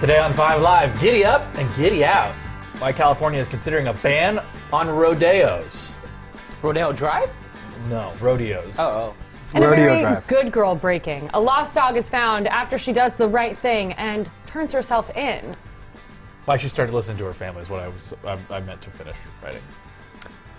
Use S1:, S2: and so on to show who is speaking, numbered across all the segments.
S1: Today on Five Live, giddy up and giddy out. Why California is considering a ban on rodeos.
S2: Rodeo Drive?
S1: No, rodeos.
S2: Oh.
S3: And
S4: Rodeo
S3: a very
S4: drive.
S3: good girl breaking. A lost dog is found after she does the right thing and turns herself in.
S1: Why she started listening to her family is what I was I, I meant to finish writing.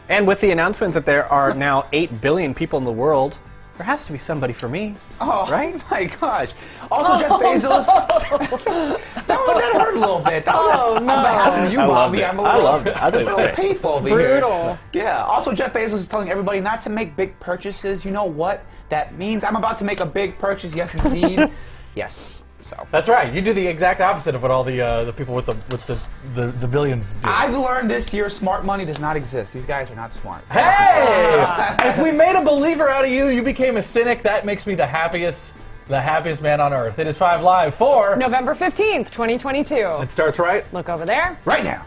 S4: And with the announcement that there are now 8 billion people in the world, there has to be somebody for me.
S2: Oh,
S4: Right?
S2: My gosh. Also, Jeff
S3: Oh,
S2: Bezos. that one that hurt a little bit.
S3: Oh, no.
S2: On behalf of you,
S4: I loved
S2: Bobby,
S4: it.
S2: I'm a
S4: I
S2: little,
S4: loved it. I
S2: a
S4: did
S2: little
S4: great.
S2: painful over
S3: Brutal.
S2: here. Yeah. Also, Jeff Bezos is telling everybody not to make big purchases. You know what that means? I'm about to make a big purchase. Yes, indeed. yes. So.
S1: That's right. You do the exact opposite of what all the uh, the people with the with the the, the billions do.
S2: I've learned this year smart money does not exist. These guys are not smart.
S1: hey! if we made a believer out of you, you became a cynic. That makes me the happiest the happiest man on earth. It is Five Live for
S3: November 15th, 2022.
S1: It starts right.
S3: Look over there.
S2: Right now.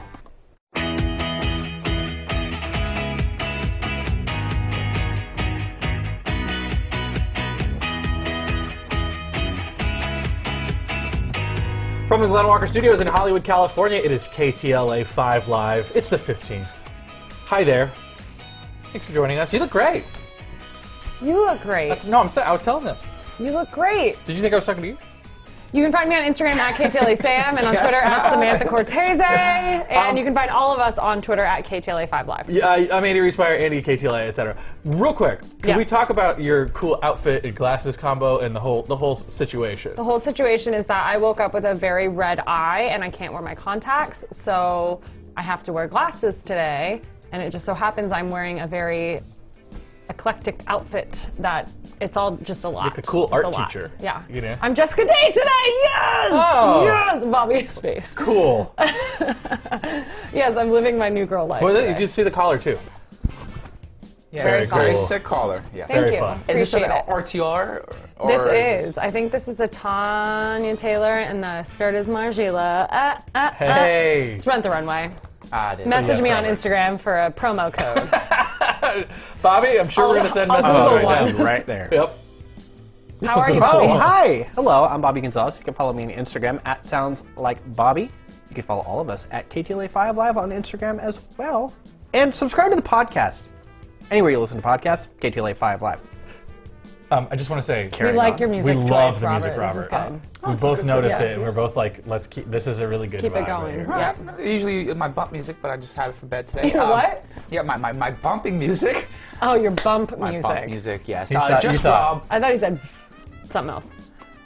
S1: From the Glenn Walker Studios in Hollywood, California, it is KTLA 5 Live. It's the 15th. Hi there. Thanks for joining us. You look great.
S3: You look great.
S1: That's, no, I'm sa- I was telling them.
S3: You look great.
S1: Did you think I was talking to you?
S3: You can find me on Instagram at KTLA Sam and on
S2: Yes,
S3: Twitter at
S2: no.
S3: Samantha Cortese. And
S1: Um,
S3: you can find all of us on Twitter at KTLA5Live.
S1: Yeah, I, I'm Andy Reesmeyer, Andy KTLA, etc. Real quick, can
S3: Yeah.
S1: we talk about your cool outfit and glasses combo and the whole the whole situation?
S3: The whole situation is that I woke up with a very red eye and I can't wear my contacts, so I have to wear glasses today. And it just so happens I'm wearing a very eclectic outfit that it's all just a lot.
S1: Like the cool
S3: It's
S1: art
S3: a lot.
S1: teacher,
S3: Yeah.
S1: you know?
S3: I'm Jessica Day today! Yes!
S1: Oh.
S3: Yes! Bobby's face.
S1: cool.
S3: Yes, I'm living my new girl life.
S1: well, then you
S3: today.
S1: just see the collar too.
S2: Yeah,
S3: Very
S2: it's a very
S1: cool.
S2: sick caller. Yeah.
S3: Thank
S1: very
S3: you.
S1: fun.
S2: Is this an
S3: Appreciate it.
S2: RTR? Or
S3: This is. I think this is a Tanya Taylor, and the skirt is Margila. Uh, uh, uh.
S1: Hey.
S3: It's Rent the Runway.
S2: Ah, this
S3: Message
S1: Yes,
S3: me on
S1: Robert.
S3: Instagram for a promo code.
S1: Bobby, I'm sure
S3: I'll-
S1: we're gonna send
S3: I'll
S4: Oh,
S1: messages
S3: Google
S1: right
S3: one.
S1: now.
S4: right there.
S1: Yep.
S3: How are you?
S4: Oh,
S3: Queen?
S4: hi. Hello, I'm Bobby Gonzalez. You can follow me on Instagram at Sounds Like Bobby. You can follow all of us at KTLA5 Live on Instagram as well. And subscribe to the podcast. Anywhere you listen to podcasts, KTLA5 Live.
S1: Um, I just want to say,
S3: We like your music.
S1: we
S3: choice,
S1: love the
S3: Robert.
S1: music, Robert.
S3: This is Oh, good.
S1: we both noticed
S2: yeah.
S1: it, and we're both like, "Let's keep this is a really good
S3: Keep
S1: vibe
S3: it
S1: right
S3: going.
S1: here.
S3: Yeah.
S2: Yeah, usually my bump music, but I just had it for bed today. Um,
S3: Your what?
S2: Yeah, my, my, my bumping music.
S3: Oh, your bump
S2: My
S3: music.
S2: bump music, yes.
S1: He
S2: Uh,
S1: thought- you
S2: just
S1: thought.
S2: Rob.
S3: I thought he said something else.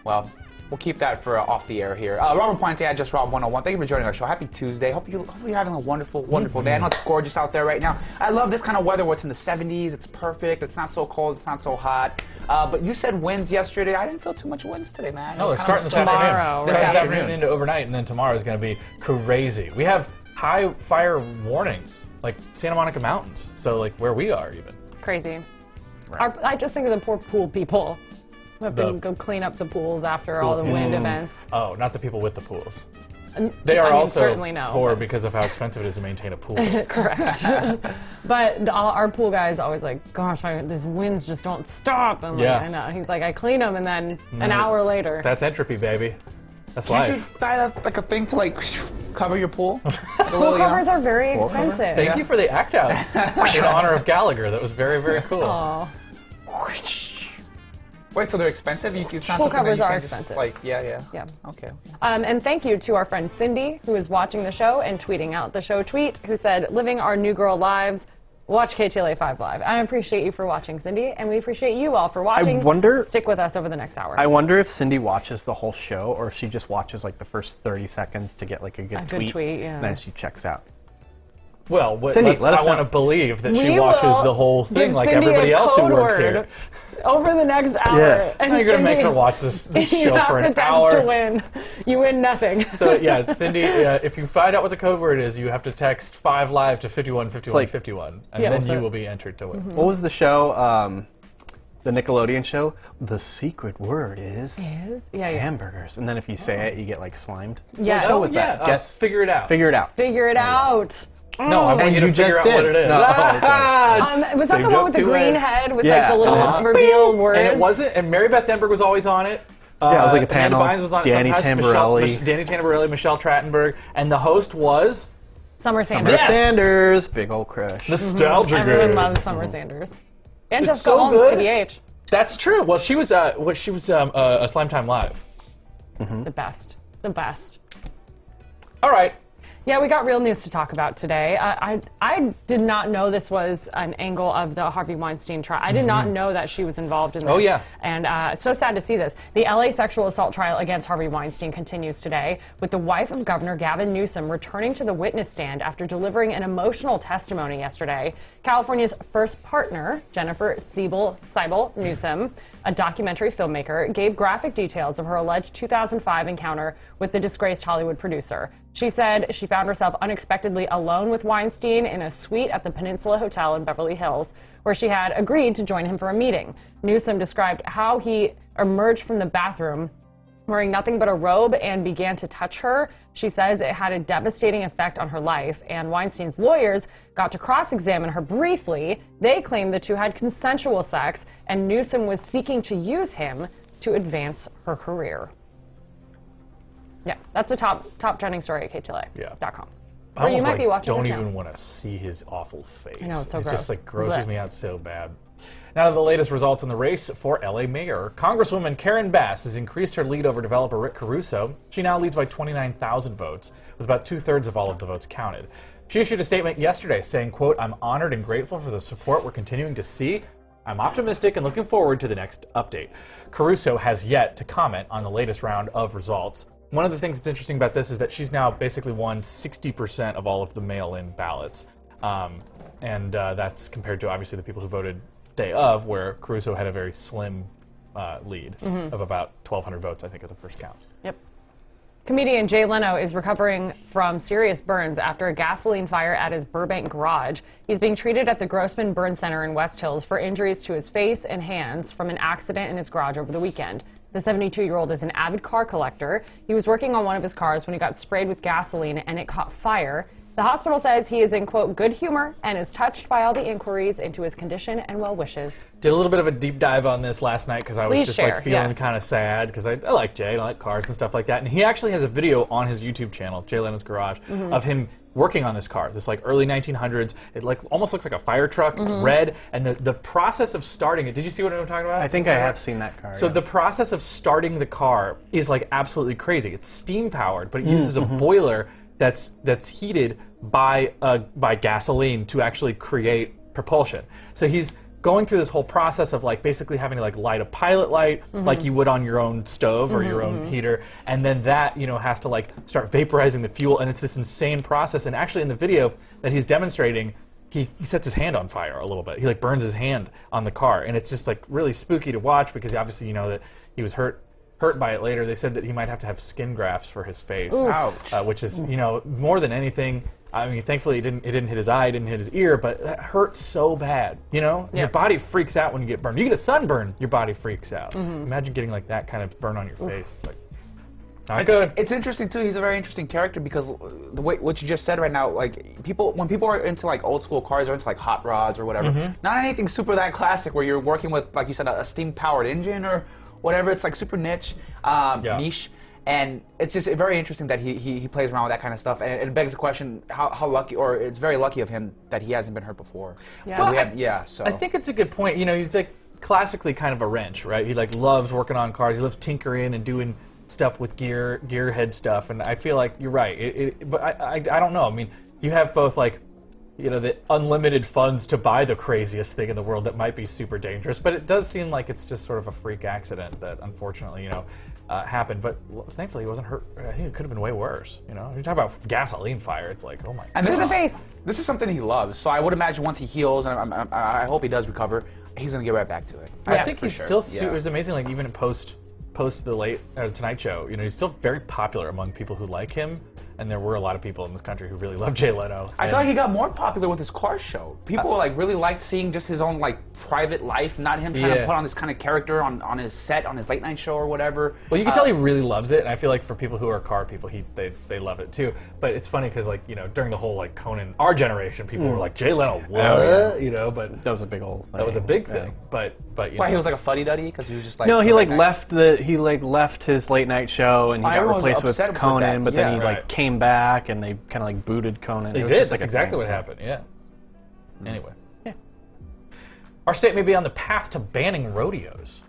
S2: Well, we'll keep that for uh, off the air here. Uh, Robert Puente at Just Rob 101. Thank you for joining our show. Happy Tuesday. Hope you, hopefully you're having a wonderful, wonderful day. I know it's gorgeous out there right now. I love this kind of weather where it's in the 70s. It's perfect. It's not so cold. It's not so hot. Uh, but you said winds yesterday. I didn't feel too much winds today, man.
S3: Oh,
S1: No, they're
S2: Kind of
S1: starting this
S2: slow.
S1: afternoon.
S3: Tomorrow,
S1: They're
S2: right.
S1: starting this
S2: This
S1: afternoon
S2: afternoon.
S1: into overnight, and then tomorrow is going to be crazy. We have high fire warnings, like Santa Monica Mountains. So, like where we are, even.
S3: Crazy. Our, I just think of the poor pool people. who Have
S1: The-
S3: to go clean up the pools after all the
S1: people.
S3: wind events.
S1: Oh, not the people with the pools. They are
S3: I mean,
S1: also
S3: certainly no,
S1: poor
S3: but-
S1: because of how expensive it is to maintain a pool.
S3: Correct. but the, all, our pool guy is always like, "Gosh, I, these winds just don't stop." I'm
S1: Yeah.
S3: like, "I know." He's like, "I clean them, and then an
S1: No,
S3: hour later."
S1: That's entropy, baby. That's
S2: Can't you
S1: life.
S2: buy a, like a thing to like cover your pool? Oh,
S3: pool covers are very expensive.
S1: Thank you for the act out in honor of Gallagher. That was very, very cool.
S3: Aw.
S2: Wait, so they're expensive? You, it's not
S3: Pool
S2: something that
S3: covers
S2: you
S3: are
S2: can just,
S3: expensive.
S2: Like, yeah, yeah.
S3: Yeah.
S2: Okay. okay.
S3: Um, and thank you to our friend Cindy, who is watching the show and tweeting out the show tweet, who said, Living our new girl lives. Watch KTLA 5 Live. I appreciate you for watching, Cindy, and we appreciate you all for watching.
S4: wonder-
S3: Stick with us over the next hour.
S4: I wonder if Cindy watches the whole show or if she just watches like the first 30 seconds to get like a good
S3: A good
S4: tweet.
S3: tweet, yeah.
S4: And then she checks out.
S1: Well, what,
S4: Cindy,
S1: let's-
S4: let us
S1: I want to
S4: know.
S1: believe that she
S3: We
S1: watches
S3: will
S1: the whole
S3: give
S1: thing like
S3: Cindy a
S1: everybody else who
S3: code
S1: works
S3: word
S1: here.
S3: Over the next hour.
S4: Yeah.
S3: And
S1: Now you're going to make
S3: Cindy,
S1: her watch this, this
S3: you
S1: show
S3: have
S1: for
S3: to
S1: an
S3: text
S1: hour.
S3: to win. You win nothing.
S1: So yeah, Cindy, uh, if you find out what the code word is, you have to text five live to fifty one fifty one
S4: like-
S1: fifty one, and
S3: Yeah.
S1: then
S3: What's
S1: you
S3: that?
S1: will be entered to win.
S4: What was the show? Um, the Nickelodeon show? The secret word is
S3: Is- yeah, yeah.
S4: hamburgers. And then if you say it, you get like slimed.
S3: Yeah. Oh,
S4: What show was that? Oh,
S1: yeah, uh,
S4: Guess.
S1: figure it out.
S4: Figure it out.
S3: Figure it out.
S1: No, I want
S4: And
S1: you to
S4: you
S1: figure
S4: just
S1: out what it
S4: did.
S1: is.
S4: No. Uh,
S3: Um, was that
S1: Same
S3: the
S1: joke,
S3: one with the
S1: two
S3: green
S1: ways.
S3: head with
S4: Yeah.
S3: like the little
S4: Uh-huh.
S3: reveal
S1: and
S3: words?
S1: it wasn't. And Mary Beth Denberg was always on it.
S4: Yeah, it was like a
S1: Amanda
S4: panel.
S1: Bynes was on
S4: Danny
S1: sometimes Michelle-
S4: Tamborelli.
S1: Mich- Danny Tamborelli, Michelle Trattenberg, and the host was
S3: Summer Sanders.
S1: Yes!
S4: Sanders, big old crush.
S1: Nostalgia
S3: Mm-hmm. Everyone
S1: Group.
S3: loves Summer Sanders. And
S1: It's
S3: Jessica
S1: so
S3: Holmes,
S1: good.
S3: TBH.
S1: That's true. Well, she was uh, well, she was um, uh, a Slime Time Live. Mm-hmm.
S3: The best. The best.
S1: All right.
S3: Yeah, we got real news to talk about today. Uh, I I did not know this was an angle of the Harvey Weinstein trial. I did not know that she was involved in this.
S1: Mm-hmm. Oh, yeah.
S3: And uh, so sad to see this. The LA sexual assault trial against Harvey Weinstein continues today, with the wife of Governor Gavin Newsom returning to the witness stand after delivering an emotional testimony yesterday. California's first partner, Jennifer Siebel, Seibel Newsom, a documentary filmmaker, gave graphic details of her alleged 2005 encounter with the disgraced Hollywood producer. She said she found herself unexpectedly alone with Weinstein in a suite at the Peninsula Hotel in Beverly Hills, where she had agreed to join him for a meeting. Newsom described how he emerged from the bathroom wearing nothing but a robe and began to touch her. She says it had a devastating effect on her life, and Weinstein's lawyers got to cross examine her briefly. They claimed the two had consensual sex, and Newsom was seeking to use him to advance her career. Yeah, that's a top top trending story at
S1: Yeah.
S3: KTLA.com.
S1: I
S3: Or you
S1: almost,
S3: might
S1: like,
S3: be watching
S1: Don't
S3: this
S1: even
S3: now.
S1: want to see his awful face.
S3: know, it's so
S1: it
S3: gross.
S1: just like grosses
S3: Blech.
S1: me out so bad. Now to the latest results in the race for LA mayor. Congresswoman Karen Bass has increased her lead over developer Rick Caruso. She now leads by 29,000 votes, with about two thirds of all of the votes counted. She issued a statement yesterday saying, "quote I'm honored and grateful for the support we're continuing to see. I'm optimistic and looking forward to the next update." Caruso has yet to comment on the latest round of results. One of the things that's interesting about this is that she's now basically won 60% of all of the mail-in ballots. Um, and uh, that's compared to obviously the people who voted day of, where Caruso had a very slim uh, lead
S3: Mm-hmm.
S1: of about 1,200 votes, I think, at the first count.
S3: Yep. Comedian Jay Leno is recovering from serious burns after a gasoline fire at his Burbank garage. He's being treated at the Grossman Burn Center in West Hills for injuries to his face and hands from an accident in his garage over the weekend. The 72 year old is an avid car collector. He was working on one of his cars when he got sprayed with gasoline and it caught fire. The hospital says he is in, quote, good humor and is touched by all the inquiries into his condition and well wishes.
S1: Did a little bit of a deep dive on this last night because I was
S3: Please
S1: just
S3: share,
S1: like feeling
S3: yes.
S1: kind of sad because I, I like Jay, and I like cars and stuff like that. And he actually has a video on his YouTube channel, Jay Leno's Garage,
S3: Mm-hmm.
S1: of him working on this car, this like early 1900s. It like almost looks like a fire truck. It's
S3: Mm-hmm.
S1: red, and the, the process of starting it. Did you see what I'm talking about?
S4: I think I have seen that car.
S1: So
S4: yeah.
S1: the process of starting the car is like absolutely crazy. It's steam powered, but it
S4: Hmm,
S1: uses a boiler that's that's heated by uh, by gasoline to actually create propulsion. So he's going through this whole process of like basically having to like light a pilot light
S4: Mm-hmm.
S1: like you would on your own stove or your own heater and then that you know has to like start vaporizing the fuel and it's this insane process and actually in the video that he's demonstrating he, he sets his hand on fire a little bit. He like burns his hand on the car, and it's just like really spooky to watch because obviously you know that he was hurt hurt by it later. They said that he might have to have skin grafts for his face,
S2: Ouch.
S1: uh, which is you know more than anything. I mean, thankfully it didn't it didn't hit his eye, it didn't hit his ear, but that hurts so bad. You know,
S3: Yeah.
S1: your body freaks out when you get burned. You get a sunburn, your body freaks out. Imagine getting like that kind of burn on your face, like not good.
S2: It's interesting too. He's a very interesting character because uh, the way what you just said right now, like people when people are into like old school cars or into like hot rods or whatever,
S1: Mm-hmm.
S2: not anything super that classic where you're working with like you said a, steam powered engine or whatever. It's like super niche, um,
S1: Yeah.
S2: niche. And it's just very interesting that he, he, he plays around with that kind of stuff, and it, begs the question how, how lucky, or it's very lucky of him that he hasn't been hurt before.
S3: Yeah.
S2: And
S3: Well,
S2: we
S1: I-
S2: have- yeah. So
S1: I think it's a good point. You know, he's like classically kind of a wrench, right? He like loves working on cars. He loves tinkering and doing stuff with gear, gearhead stuff. And I feel like you're right. It, it, but I, I, I don't know. I mean, you have both like, you know, the unlimited funds to buy the craziest thing in the world that might be super dangerous. But it does seem like it's just sort of a freak accident that unfortunately, you know. Uh, happened, but l- thankfully he wasn't hurt. I think it could have been way worse. You know, you talk about gasoline fire. It's like, oh my.
S2: And
S3: To
S2: this
S3: the
S2: is,
S3: face.
S2: This is something he loves. So I would imagine once he heals, and I, I, I hope he does recover, he's gonna get right back to it.
S1: I think
S2: for
S1: he's
S2: sure.
S1: still. Su-
S2: Yeah.
S1: It's amazing, like even in post post the late uh, Tonight Show, you know, he's still very popular among people who like him, and and there were a lot of people in this country who really loved Jay Leno.
S2: I
S1: and-
S2: feel like he got more popular with his car show.
S1: Uh,
S2: People like really liked seeing just his own like private life, not him trying
S1: Yeah.
S2: to put on this kind of character on, on his set, on his late night show or whatever.
S1: Well, you can tell he really loves it, and I feel like for people who are car people, he they, they love it too. But it's funny because like you know during the whole like Conan, our generation, people
S2: Mm.
S1: were like Jay
S2: Uh,
S1: Leno, what? you know, but
S4: That was a big old. Thing.
S1: that was a big thing. But but you
S2: Why
S1: know,
S2: he was like a fuddy duddy because he was just like
S4: No, he
S2: the
S4: like
S2: late night-
S4: left the he like left his late night show and he
S2: Oh,
S4: got
S2: everyone was
S4: replaced with
S2: upset with
S4: Conan,
S2: that.
S4: but then
S2: Yeah.
S4: he
S1: Right.
S4: like came back and they kind of like booted Conan.
S1: they did. That's exactly what happened. Yeah.
S2: Mm.
S1: Anyway. Yeah. Our state may be on the path to banning rodeos.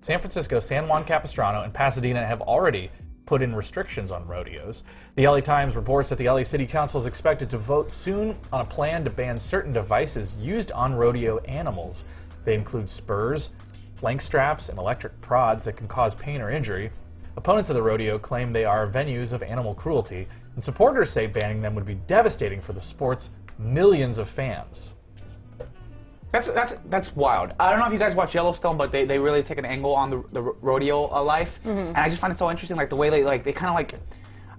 S1: San Francisco, San Juan Capistrano, and Pasadena have already put in restrictions on rodeos. The LA Times reports that the LA City Council is expected to vote soon on a plan to ban certain devices used on rodeo animals. They include spurs, flank straps, and electric prods that can cause pain or injury. Opponents of the rodeo claim they are venues of animal cruelty, and supporters say banning them would be devastating for the sport's millions of fans.
S2: That's that's that's wild. I don't know if you guys watch Yellowstone, but they, they really take an angle on the, the rodeo uh, life, and I just find it so interesting. Like the way they like they kind of like.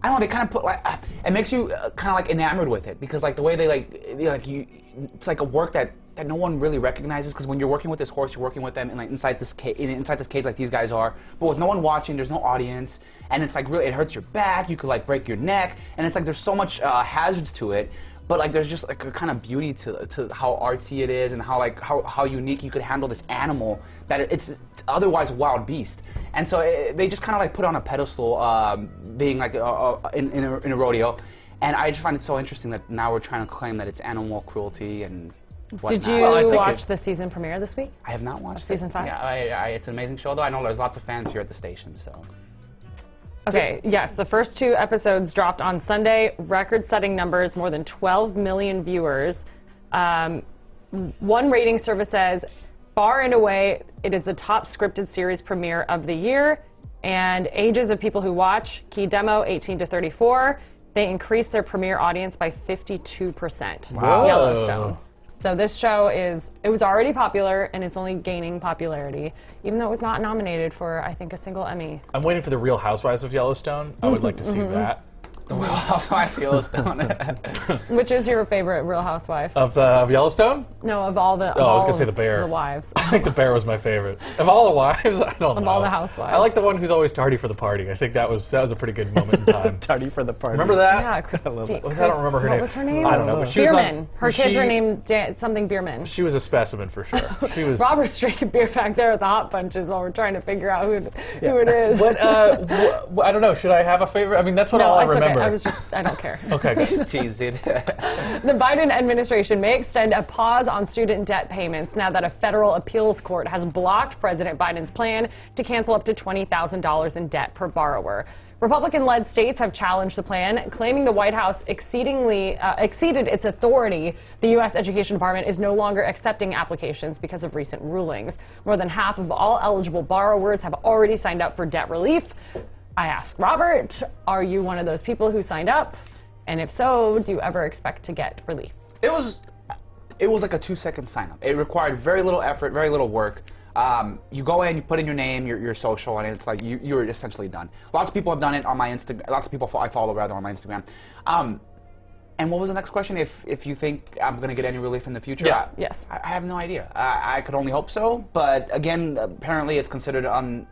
S2: I don't know. They kind of put like uh, it makes you uh, kind of like enamored with it because like the way they like they, like you, it's like a work that, that no one really recognizes because when you're working with this horse, you're working with them and like inside this cage, inside this cage like these guys are, but with no one watching, there's no audience, and it's like really it hurts your back. You could like break your neck, and it's like there's so much uh, hazards to it. But like, there's just like a kind of beauty to, to how artsy it is, and how like how, how unique you could handle this animal that it- it's otherwise a wild beast. And so it, they just kind of like put on a pedestal, um, being like uh, uh, in in a, in a rodeo. And I just find it so interesting that now we're trying to claim that it's animal cruelty and.
S3: Did
S2: whatnot.
S3: you
S2: I think
S3: watch
S2: it-
S3: the season premiere this week?
S2: I have not watched
S3: season
S2: it.
S3: five?
S2: Yeah, I, I, it's an amazing show though. I know there's lots of fans here at the station, so.
S3: Okay, yes, the first two episodes dropped on Sunday, record setting numbers, more than 12 million viewers. Um, one rating service says, far and away, it is the top scripted series premiere of the year. And ages of people who watch, key demo 18 to 34, they increased their premiere audience by 52%.
S1: Wow.
S3: Yellowstone. So this show is, it was already popular and it's only gaining popularity, even though it was not nominated for, I think, a single Emmy.
S1: I'm waiting for the Real Housewives of Yellowstone. I would like to see that.
S2: Also, I see Yellowstone.
S3: Which is your favorite Real Housewife?
S1: Of, uh, of Yellowstone?
S3: no, of all the. Of
S1: I was
S3: all
S1: gonna say the
S3: of
S1: bear.
S3: The wives.
S1: I think the bear was my favorite. Of all the wives, I don't know.
S3: Of all the housewives.
S1: I like the one who's always tardy for the party. I think that was that was a pretty good moment in time.
S4: Tardy for the party.
S1: remember that?
S3: yeah, Christine.
S4: love
S1: What was that? I don't remember her
S3: what
S1: name.
S3: was her name?
S1: I don't know. But she was on-
S3: Bierman. her kids
S1: she-
S3: are named Dan- something Bierman.
S1: She was a specimen for sure. She was.
S3: Robert's drinking beer back there at the hot punches while we're trying to figure out who, who it is.
S1: What? Uh, wh- wh- I don't know. Should I have a favorite? I mean, that's what
S3: No,
S1: all I
S3: it's okay.
S1: remember.
S3: I was just, I don't care.
S1: okay. good.
S2: Just teased it.
S3: The Biden administration may extend a pause on student debt payments now that a federal appeals court has blocked President Biden's plan to cancel up to $20,000 in debt per borrower. Republican led states have challenged the plan, claiming the White House exceedingly uh, exceeded its authority. The U.S. Education Department is no longer accepting applications because of recent rulings. More than half of all eligible borrowers have already signed up for debt relief. I asked Robert, are you one of those people who signed up? And if so, do you ever expect to get relief?
S2: It was, it was like a two-second sign-up. It required very little effort, very little work. Um, you go in, you put in your name, your, your social, and it's like you, you're essentially done. Lots of people have done it on my Instagram. Lots of people fo- I follow rather on my Instagram. Um, and what was the next question? If if you think I'm going to get any relief in the future?
S1: Yeah.
S2: I-
S3: Yes.
S2: I, I have no idea. I, I could only hope so. But again, apparently it's considered un.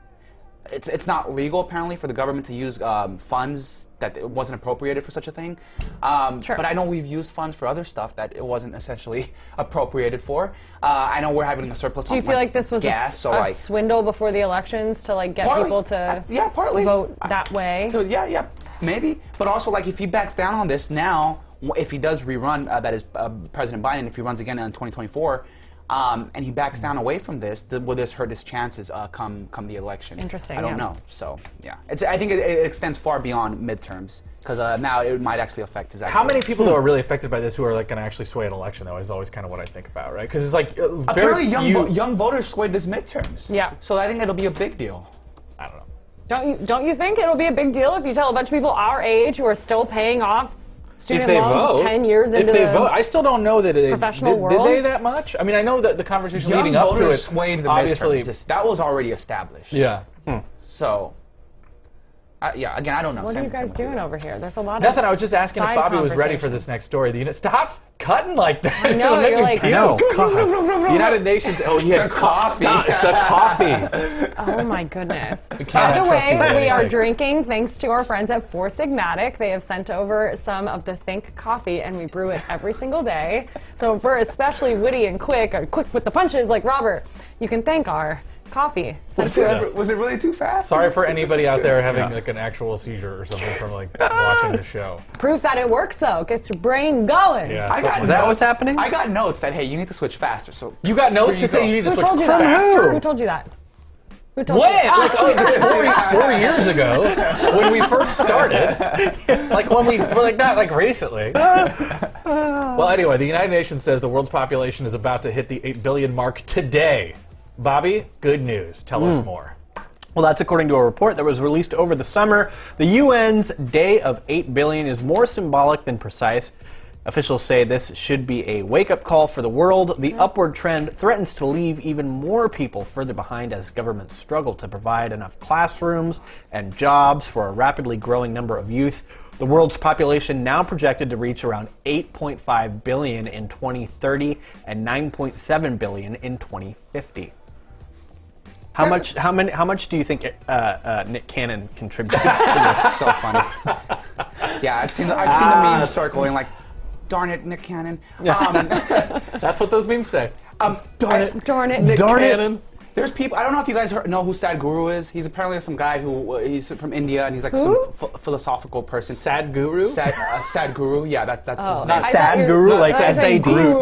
S2: It's, it's not legal apparently for the government to use um, funds that it wasn't appropriated for such a thing. Um,
S3: Sure.
S2: But I know we've used funds for other stuff that it wasn't essentially appropriated for. Uh, I know we're having a surplus.
S1: Oh
S3: Do you feel like this was a,
S2: gas?
S3: s-
S2: so
S3: a
S2: like
S3: swindle before the elections to like get
S2: Partly.
S3: people to
S2: Uh, yeah, partly.
S3: vote
S2: I-
S3: that way?
S2: So yeah, yeah, maybe. But also, like, if he backs down on this now, wh- if he does rerun, uh, that is uh, President Biden, if he runs again in 2024, um, and he backs down away from this, th- will this hurt his chances uh, come come the election?
S3: Interesting,
S2: I don't
S3: yeah.
S2: know. So yeah, it's, I think it, it extends far beyond midterms because uh, now it might actually affect his.
S1: How
S2: actual-
S1: many people though are really affected by this who are like going to actually sway an election though is always kind of what I think about, right? Because it's like uh, very
S2: Apparently, young,
S1: few.
S2: vo- young voters swayed this midterms.
S3: Yeah.
S2: So I think it'll be a big deal.
S1: I don't know.
S3: Don't you don't you think it'll be a big deal if you tell a bunch of people our age who are still paying off student
S1: if they
S3: loans
S1: vote,
S3: ten years
S1: if
S3: into
S1: they
S3: the
S1: vote, I still don't know that they
S3: professional
S1: did, Did
S3: world.
S1: they that much? I mean, I know that the conversation
S2: Young
S1: leading up to
S2: voters
S1: it
S2: swayed the
S1: obviously.
S2: midterms. This, that was already established.
S1: yeah.
S2: So Uh, yeah, again, I don't know.
S3: What are
S2: Sam-
S3: you guys
S2: Sam can do
S3: doing
S2: that.
S3: over here? There's a lot
S1: Nothing.
S3: of
S1: I was just asking if
S3: side
S1: Bobby was ready for
S3: conversations.
S1: this next story. The unit. Stop cutting like that.
S3: I know,
S1: It'll make
S3: you're
S1: me
S3: like-
S1: puke.
S4: No, God.
S1: The United Nations. Oh, yeah.
S2: the coffee.
S1: Stop. It's the coffee.
S3: Oh my goodness.
S1: cannot
S3: By the
S1: trust
S3: way,
S1: you with
S3: we are
S1: anything.
S3: drinking thanks to our friends at Four Sigmatic. They have sent over some of the Think coffee and we brew it every single day. So if we're especially witty and quick or quick with the punches like Robert, you can thank our coffee sent
S2: Was
S3: to us.
S2: it, was it really too fast?
S1: Sorry for anybody out there having like an actual seizure or something from like watching the show.
S3: Proof that it works though. Gets your brain going.
S1: Yeah.
S2: I got
S1: Is
S4: that
S2: notes-
S4: what's happening?
S2: I got notes that hey, you need to switch faster. So
S1: You got notes
S2: Here you
S1: to say
S2: go.
S1: you need to
S3: Who
S1: switch
S3: told you
S1: back.
S3: that?
S4: who?
S3: Who told you that? Who told
S1: When?
S3: you that?
S1: Like, oh, just four, four years ago, when we first started. Like, when we, well, like, not like recently. well, anyway, the United Nations says the world's population is about to hit the 8 billion mark today. Bobby, good news. Tell
S2: Hmm.
S1: us more.
S4: Well, that's according to a report that was released over the summer. The UN's Day of 8 Billion is more symbolic than precise. Officials say this should be a wake up call for the world. The upward trend threatens to leave even more people further behind as governments struggle to provide enough classrooms and jobs for a rapidly growing number of youth. The world's population now projected to reach around 8.5 billion in 2030 and 9.7 billion in 2050. How much? How many? How much do you think uh, uh, Nick Cannon contributes? to
S2: That's so funny. yeah, I've seen the, I've seen the
S1: Ah.
S2: meme circling like, darn it, Nick Cannon. Um,
S1: That's what those memes say.
S2: um,
S1: Darn it.
S3: Ah, Darn it.
S4: Darn it.
S1: Cannon.
S2: There's people. I don't know if you guys heard, know who Sad Guru is. He's apparently some guy who uh, he's from India and he's like
S3: Who?
S2: some ph- philosophical person.
S1: Sad guru?
S2: Sad, uh, sad Guru. Yeah, that, that's
S3: Oh,
S2: his
S3: I
S2: name.
S4: the
S3: thought
S4: Sad
S3: you-
S4: guru,
S3: no,
S4: like
S3: I
S4: S
S3: said
S4: A D
S3: guru.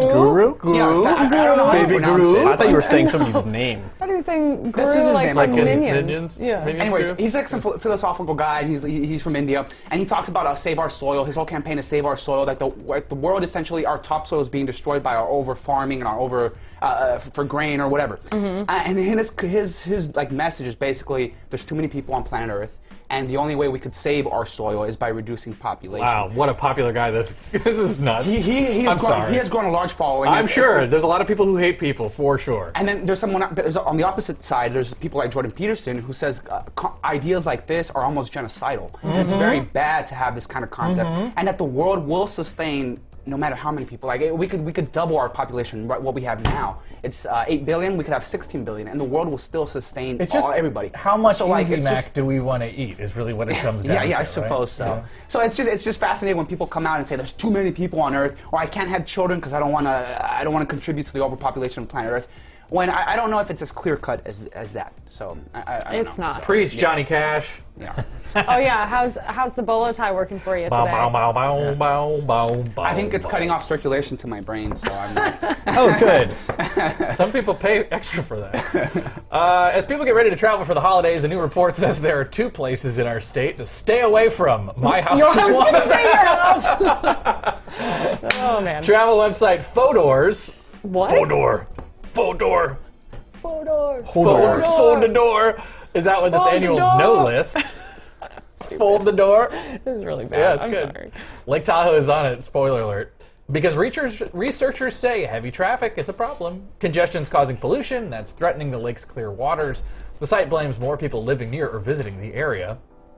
S4: guru.
S2: Yeah, sad, I, I don't know how to
S1: Baby
S2: pronounce
S1: Guru?
S2: it.
S4: I thought you were saying somebody's name.
S3: What are you saying? Guru
S2: This is his
S3: like,
S2: name,
S3: like
S2: like in
S3: minions.
S1: Minions?
S3: Yeah.
S1: Minions?
S2: Anyways,
S1: Guru?
S2: he's like some ph- philosophical guy, and he's he- he's from India, and he talks about uh, save our soil. His whole campaign is save our soil. That the like the world essentially our topsoil is being destroyed by our over farming and our over uh, uh, for grain or whatever.
S1: Mm-hmm.
S2: Uh, and his his his like message is basically there's too many people on planet Earth, and the only way we could save our soil is by reducing population.
S1: Wow, what a popular guy this this is nuts.
S2: He, he, he, has
S1: I'm
S2: grown,
S1: sorry.
S2: he has grown a large following.
S1: I'm
S2: It's-
S1: sure.
S2: it's-
S1: There's a lot of people who hate people, for sure.
S2: And then there's someone there's on the opposite side. There's people like Jordan Peterson who says uh, co- ideas like this are almost genocidal.
S1: Mm-hmm.
S2: And it's very bad to have this kind of concept, and that the world will sustain no matter how many people. Like it- we could we could double our population right what we have now. It's uh, eight billion. We could have sixteen billion, and the world will still sustain
S1: It's just
S2: all, everybody.
S1: How much
S2: so,
S1: like,
S2: like,
S1: Easy
S2: it's
S1: Mac
S2: just-
S1: do we want to eat? Is really what it comes down
S2: yeah,
S1: to.
S2: yeah, I
S1: right?
S2: suppose so.
S1: Yeah.
S2: So it's just it's just fascinating when people come out and say there's too many people on Earth, or I can't have children because I don't want to I don't want to contribute to the overpopulation of planet Earth. When I, I don't know if it's as clear cut as, as that. So I, I, I don't
S3: It's
S2: know.
S3: not.
S2: So,
S1: Preach,
S2: yeah,
S1: Johnny Cash.
S2: yeah.
S3: Oh yeah, how's how's the bolo tie working for you today?
S1: Bow, bow, bow, bow, bow, bow, bow,
S2: I think it's
S1: bow.
S2: cutting off circulation to my brain, so I'm not.
S4: Oh, good.
S1: Some people pay extra for that. uh, as people get ready to travel for the holidays, a new report says there are two places in our state to stay away from. My house
S3: Your
S1: is
S3: house
S1: one of
S3: gonna say
S1: them.
S3: your house. oh man.
S1: Travel website Fodor's.
S3: what?
S1: Fodor. Fodor.
S3: Fodor.
S1: Fold,
S4: Fodor.
S1: fold the door is out with its
S3: Fold the
S1: annual
S3: door.
S1: no list. fold the door.
S3: This is really bad.
S1: Yeah, it's
S3: I'm
S1: good.
S3: sorry.
S1: Lake Tahoe is on it. Spoiler alert. Because researchers, researchers say heavy traffic is a problem. Congestion's causing pollution that's threatening the lake's clear waters. The site blames more people living near or visiting the area.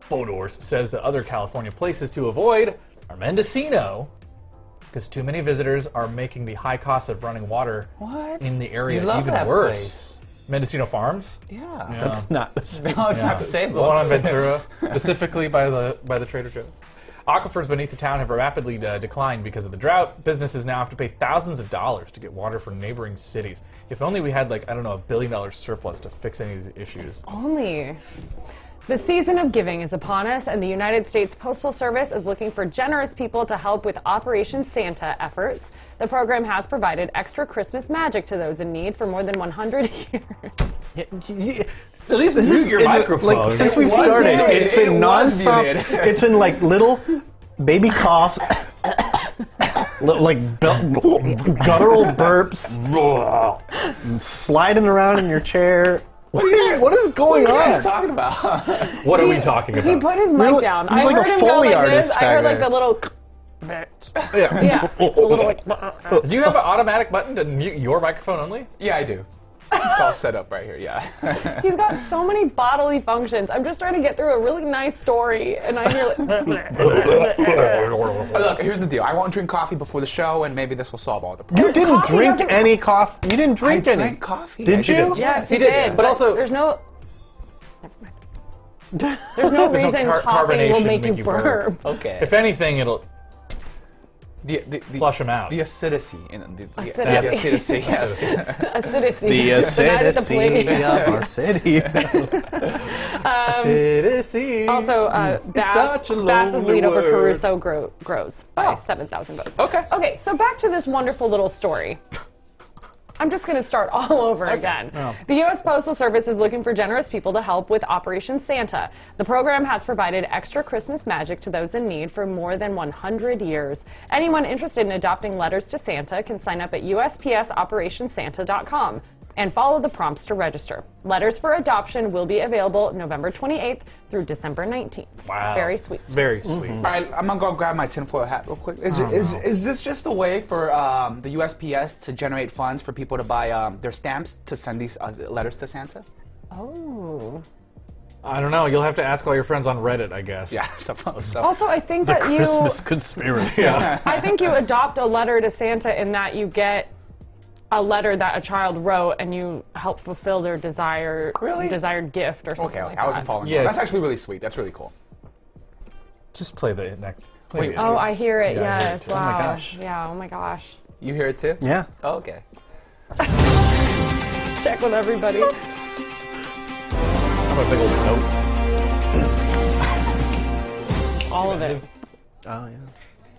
S1: Fodors says the other California places to avoid are Mendocino, because too many visitors are making the high cost of running water
S2: What?
S1: in the area
S2: You love
S1: even
S2: that
S1: worse.
S2: place.
S1: Mendocino Farms.
S2: Yeah.
S1: That's
S4: It's not. It's
S2: No, it's not the same.
S1: the one on
S2: books.
S1: Uh, Ventura, specifically by the by the Trader Joe's. Aquifers beneath the town have rapidly uh, declined because of the drought. Businesses now have to pay thousands of dollars to get water from neighboring cities. If only we had like I don't know a billion dollar surplus to fix any of these issues.
S3: Only. The season of giving is upon us, and the United States Postal Service is looking for generous people to help with Operation Santa efforts. The program has provided extra Christmas magic to those in need for more than 100 years.
S1: At least mute your microphone.
S4: Like since
S1: It
S4: we've
S2: was
S4: started,
S2: muted.
S4: it's been
S2: It was
S4: nonstop.
S2: muted.
S4: It's been like little baby coughs, li- like bu- guttural burps, sliding around in your chair. What, are you, what is going
S2: What are you
S4: on?
S2: guys talking about?
S1: What are we talking
S3: He
S1: about?
S3: put his
S4: You're
S3: mic
S4: like-
S3: down.
S4: you're
S3: I
S4: like a
S3: heard him go
S4: Foley
S3: like this.
S4: artist
S3: I heard
S4: back
S3: like the
S4: there.
S3: little.
S4: Yeah.
S3: Yeah. a little like,
S1: Do you have an automatic button to mute your microphone only?
S2: yeah, I do. It's all set up right here, yeah.
S3: He's got so many bodily functions. I'm just trying to get through a really nice story, and I hear like.
S2: Look, here's the deal. I won't drink coffee before the show, and maybe this will solve all the problems.
S4: You didn't
S3: coffee
S4: drink
S3: doesn't-
S4: any coffee. You didn't drink
S2: I
S4: any.
S2: drank coffee.
S4: Did
S2: Yes, you
S4: you?
S2: did.
S3: yes, he
S1: He
S3: did.
S1: did, but also-
S3: there's no. There's no
S1: There's no
S3: reason
S1: car-
S3: coffee will
S1: carbonation
S3: make you burp.
S2: Okay.
S1: If anything, it'll
S2: the, the, the,
S1: flush 'em out.
S2: The acidity in it. The, the,
S3: Acidity.
S2: the acidity, yes.
S3: Acidity.
S4: The Um,
S3: It's not at the plate.
S4: acidity of our city.
S1: acidity.
S3: Um, Also, uh, Bass,
S1: such a
S3: Bass's
S1: lonely
S3: lead over
S1: word.
S3: Caruso grow, grows by
S2: Oh.
S3: 7,000 votes.
S2: Okay.
S3: Okay, so back to this wonderful little story. I'm just going to start all over again. The U.S. Postal Service is looking for generous people to help with Operation Santa. The program has provided extra Christmas magic to those in need for more than 100 years. Anyone interested in adopting letters to Santa can sign up at USPSOperationSanta.com and follow the prompts to register. Letters for adoption will be available November 28th through December 19th.
S1: Wow.
S3: Very sweet.
S1: Very sweet.
S2: All right, I'm gonna go grab my tinfoil hat real quick. Is, is, is this just a way for um, the USPS to generate funds for people to buy um, their stamps to send these uh, letters to Santa?
S3: Oh.
S1: I don't know. You'll have to ask all your friends on Reddit, I guess.
S2: Yeah, I suppose. So.
S3: Also, I think that
S4: Christmas
S3: you
S4: conspiracy.
S3: I think you adopt a letter to Santa in that you get a letter that a child wrote and you help fulfill their desire
S2: Really?
S3: desired gift or something
S2: okay, okay,
S3: like
S2: I wasn't
S3: that.
S2: following.
S1: Yeah,
S2: Yeah, that's
S1: it's-
S2: actually really sweet. That's really cool.
S1: Just play the next. Play
S2: Wait,
S1: the
S3: Oh,
S1: intro.
S3: I hear it.
S1: Yeah, I hear it
S3: yes.
S1: too. Oh
S3: wow.
S1: my gosh.
S3: Yeah. Oh my gosh.
S2: You hear it too?
S4: Yeah.
S2: Oh, okay.
S3: Check with everybody.
S1: I'm a big old note.
S3: All of it.
S4: Oh yeah.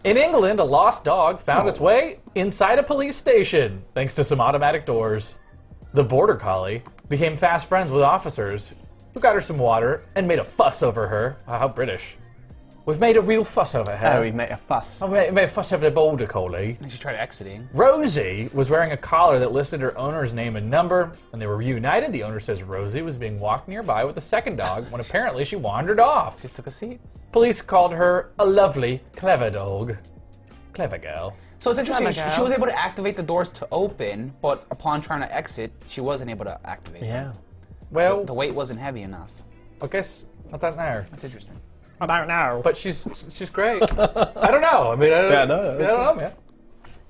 S1: In England, a lost dog found its way inside a police station thanks to some automatic doors. The border collie became fast friends with officers who got her some water and made a fuss over her. Wow, how British. We've made a real fuss over her.
S4: Oh, we made a fuss.
S1: Oh, we made- made a fuss over the border collie.
S2: And she tried exiting.
S1: Rosie was wearing a collar that listed her owner's name and number, and they were reunited. The owner says Rosie was being walked nearby with a second dog when apparently she wandered off.
S2: Just took a seat.
S1: Police called her a lovely, clever dog. Clever girl.
S2: So it's interesting.
S3: Time
S2: She,
S3: ago.
S2: she was able to activate the doors to open, but upon trying to exit, she wasn't able to activate. them.
S4: Yeah.
S1: Well,
S2: The weight wasn't heavy enough.
S1: I guess I don't know.
S2: That's interesting.
S4: I don't know.
S1: But she's she's great. I don't know. I mean, I don't,
S4: Yeah, no,
S1: I
S4: that's
S1: don't know, man.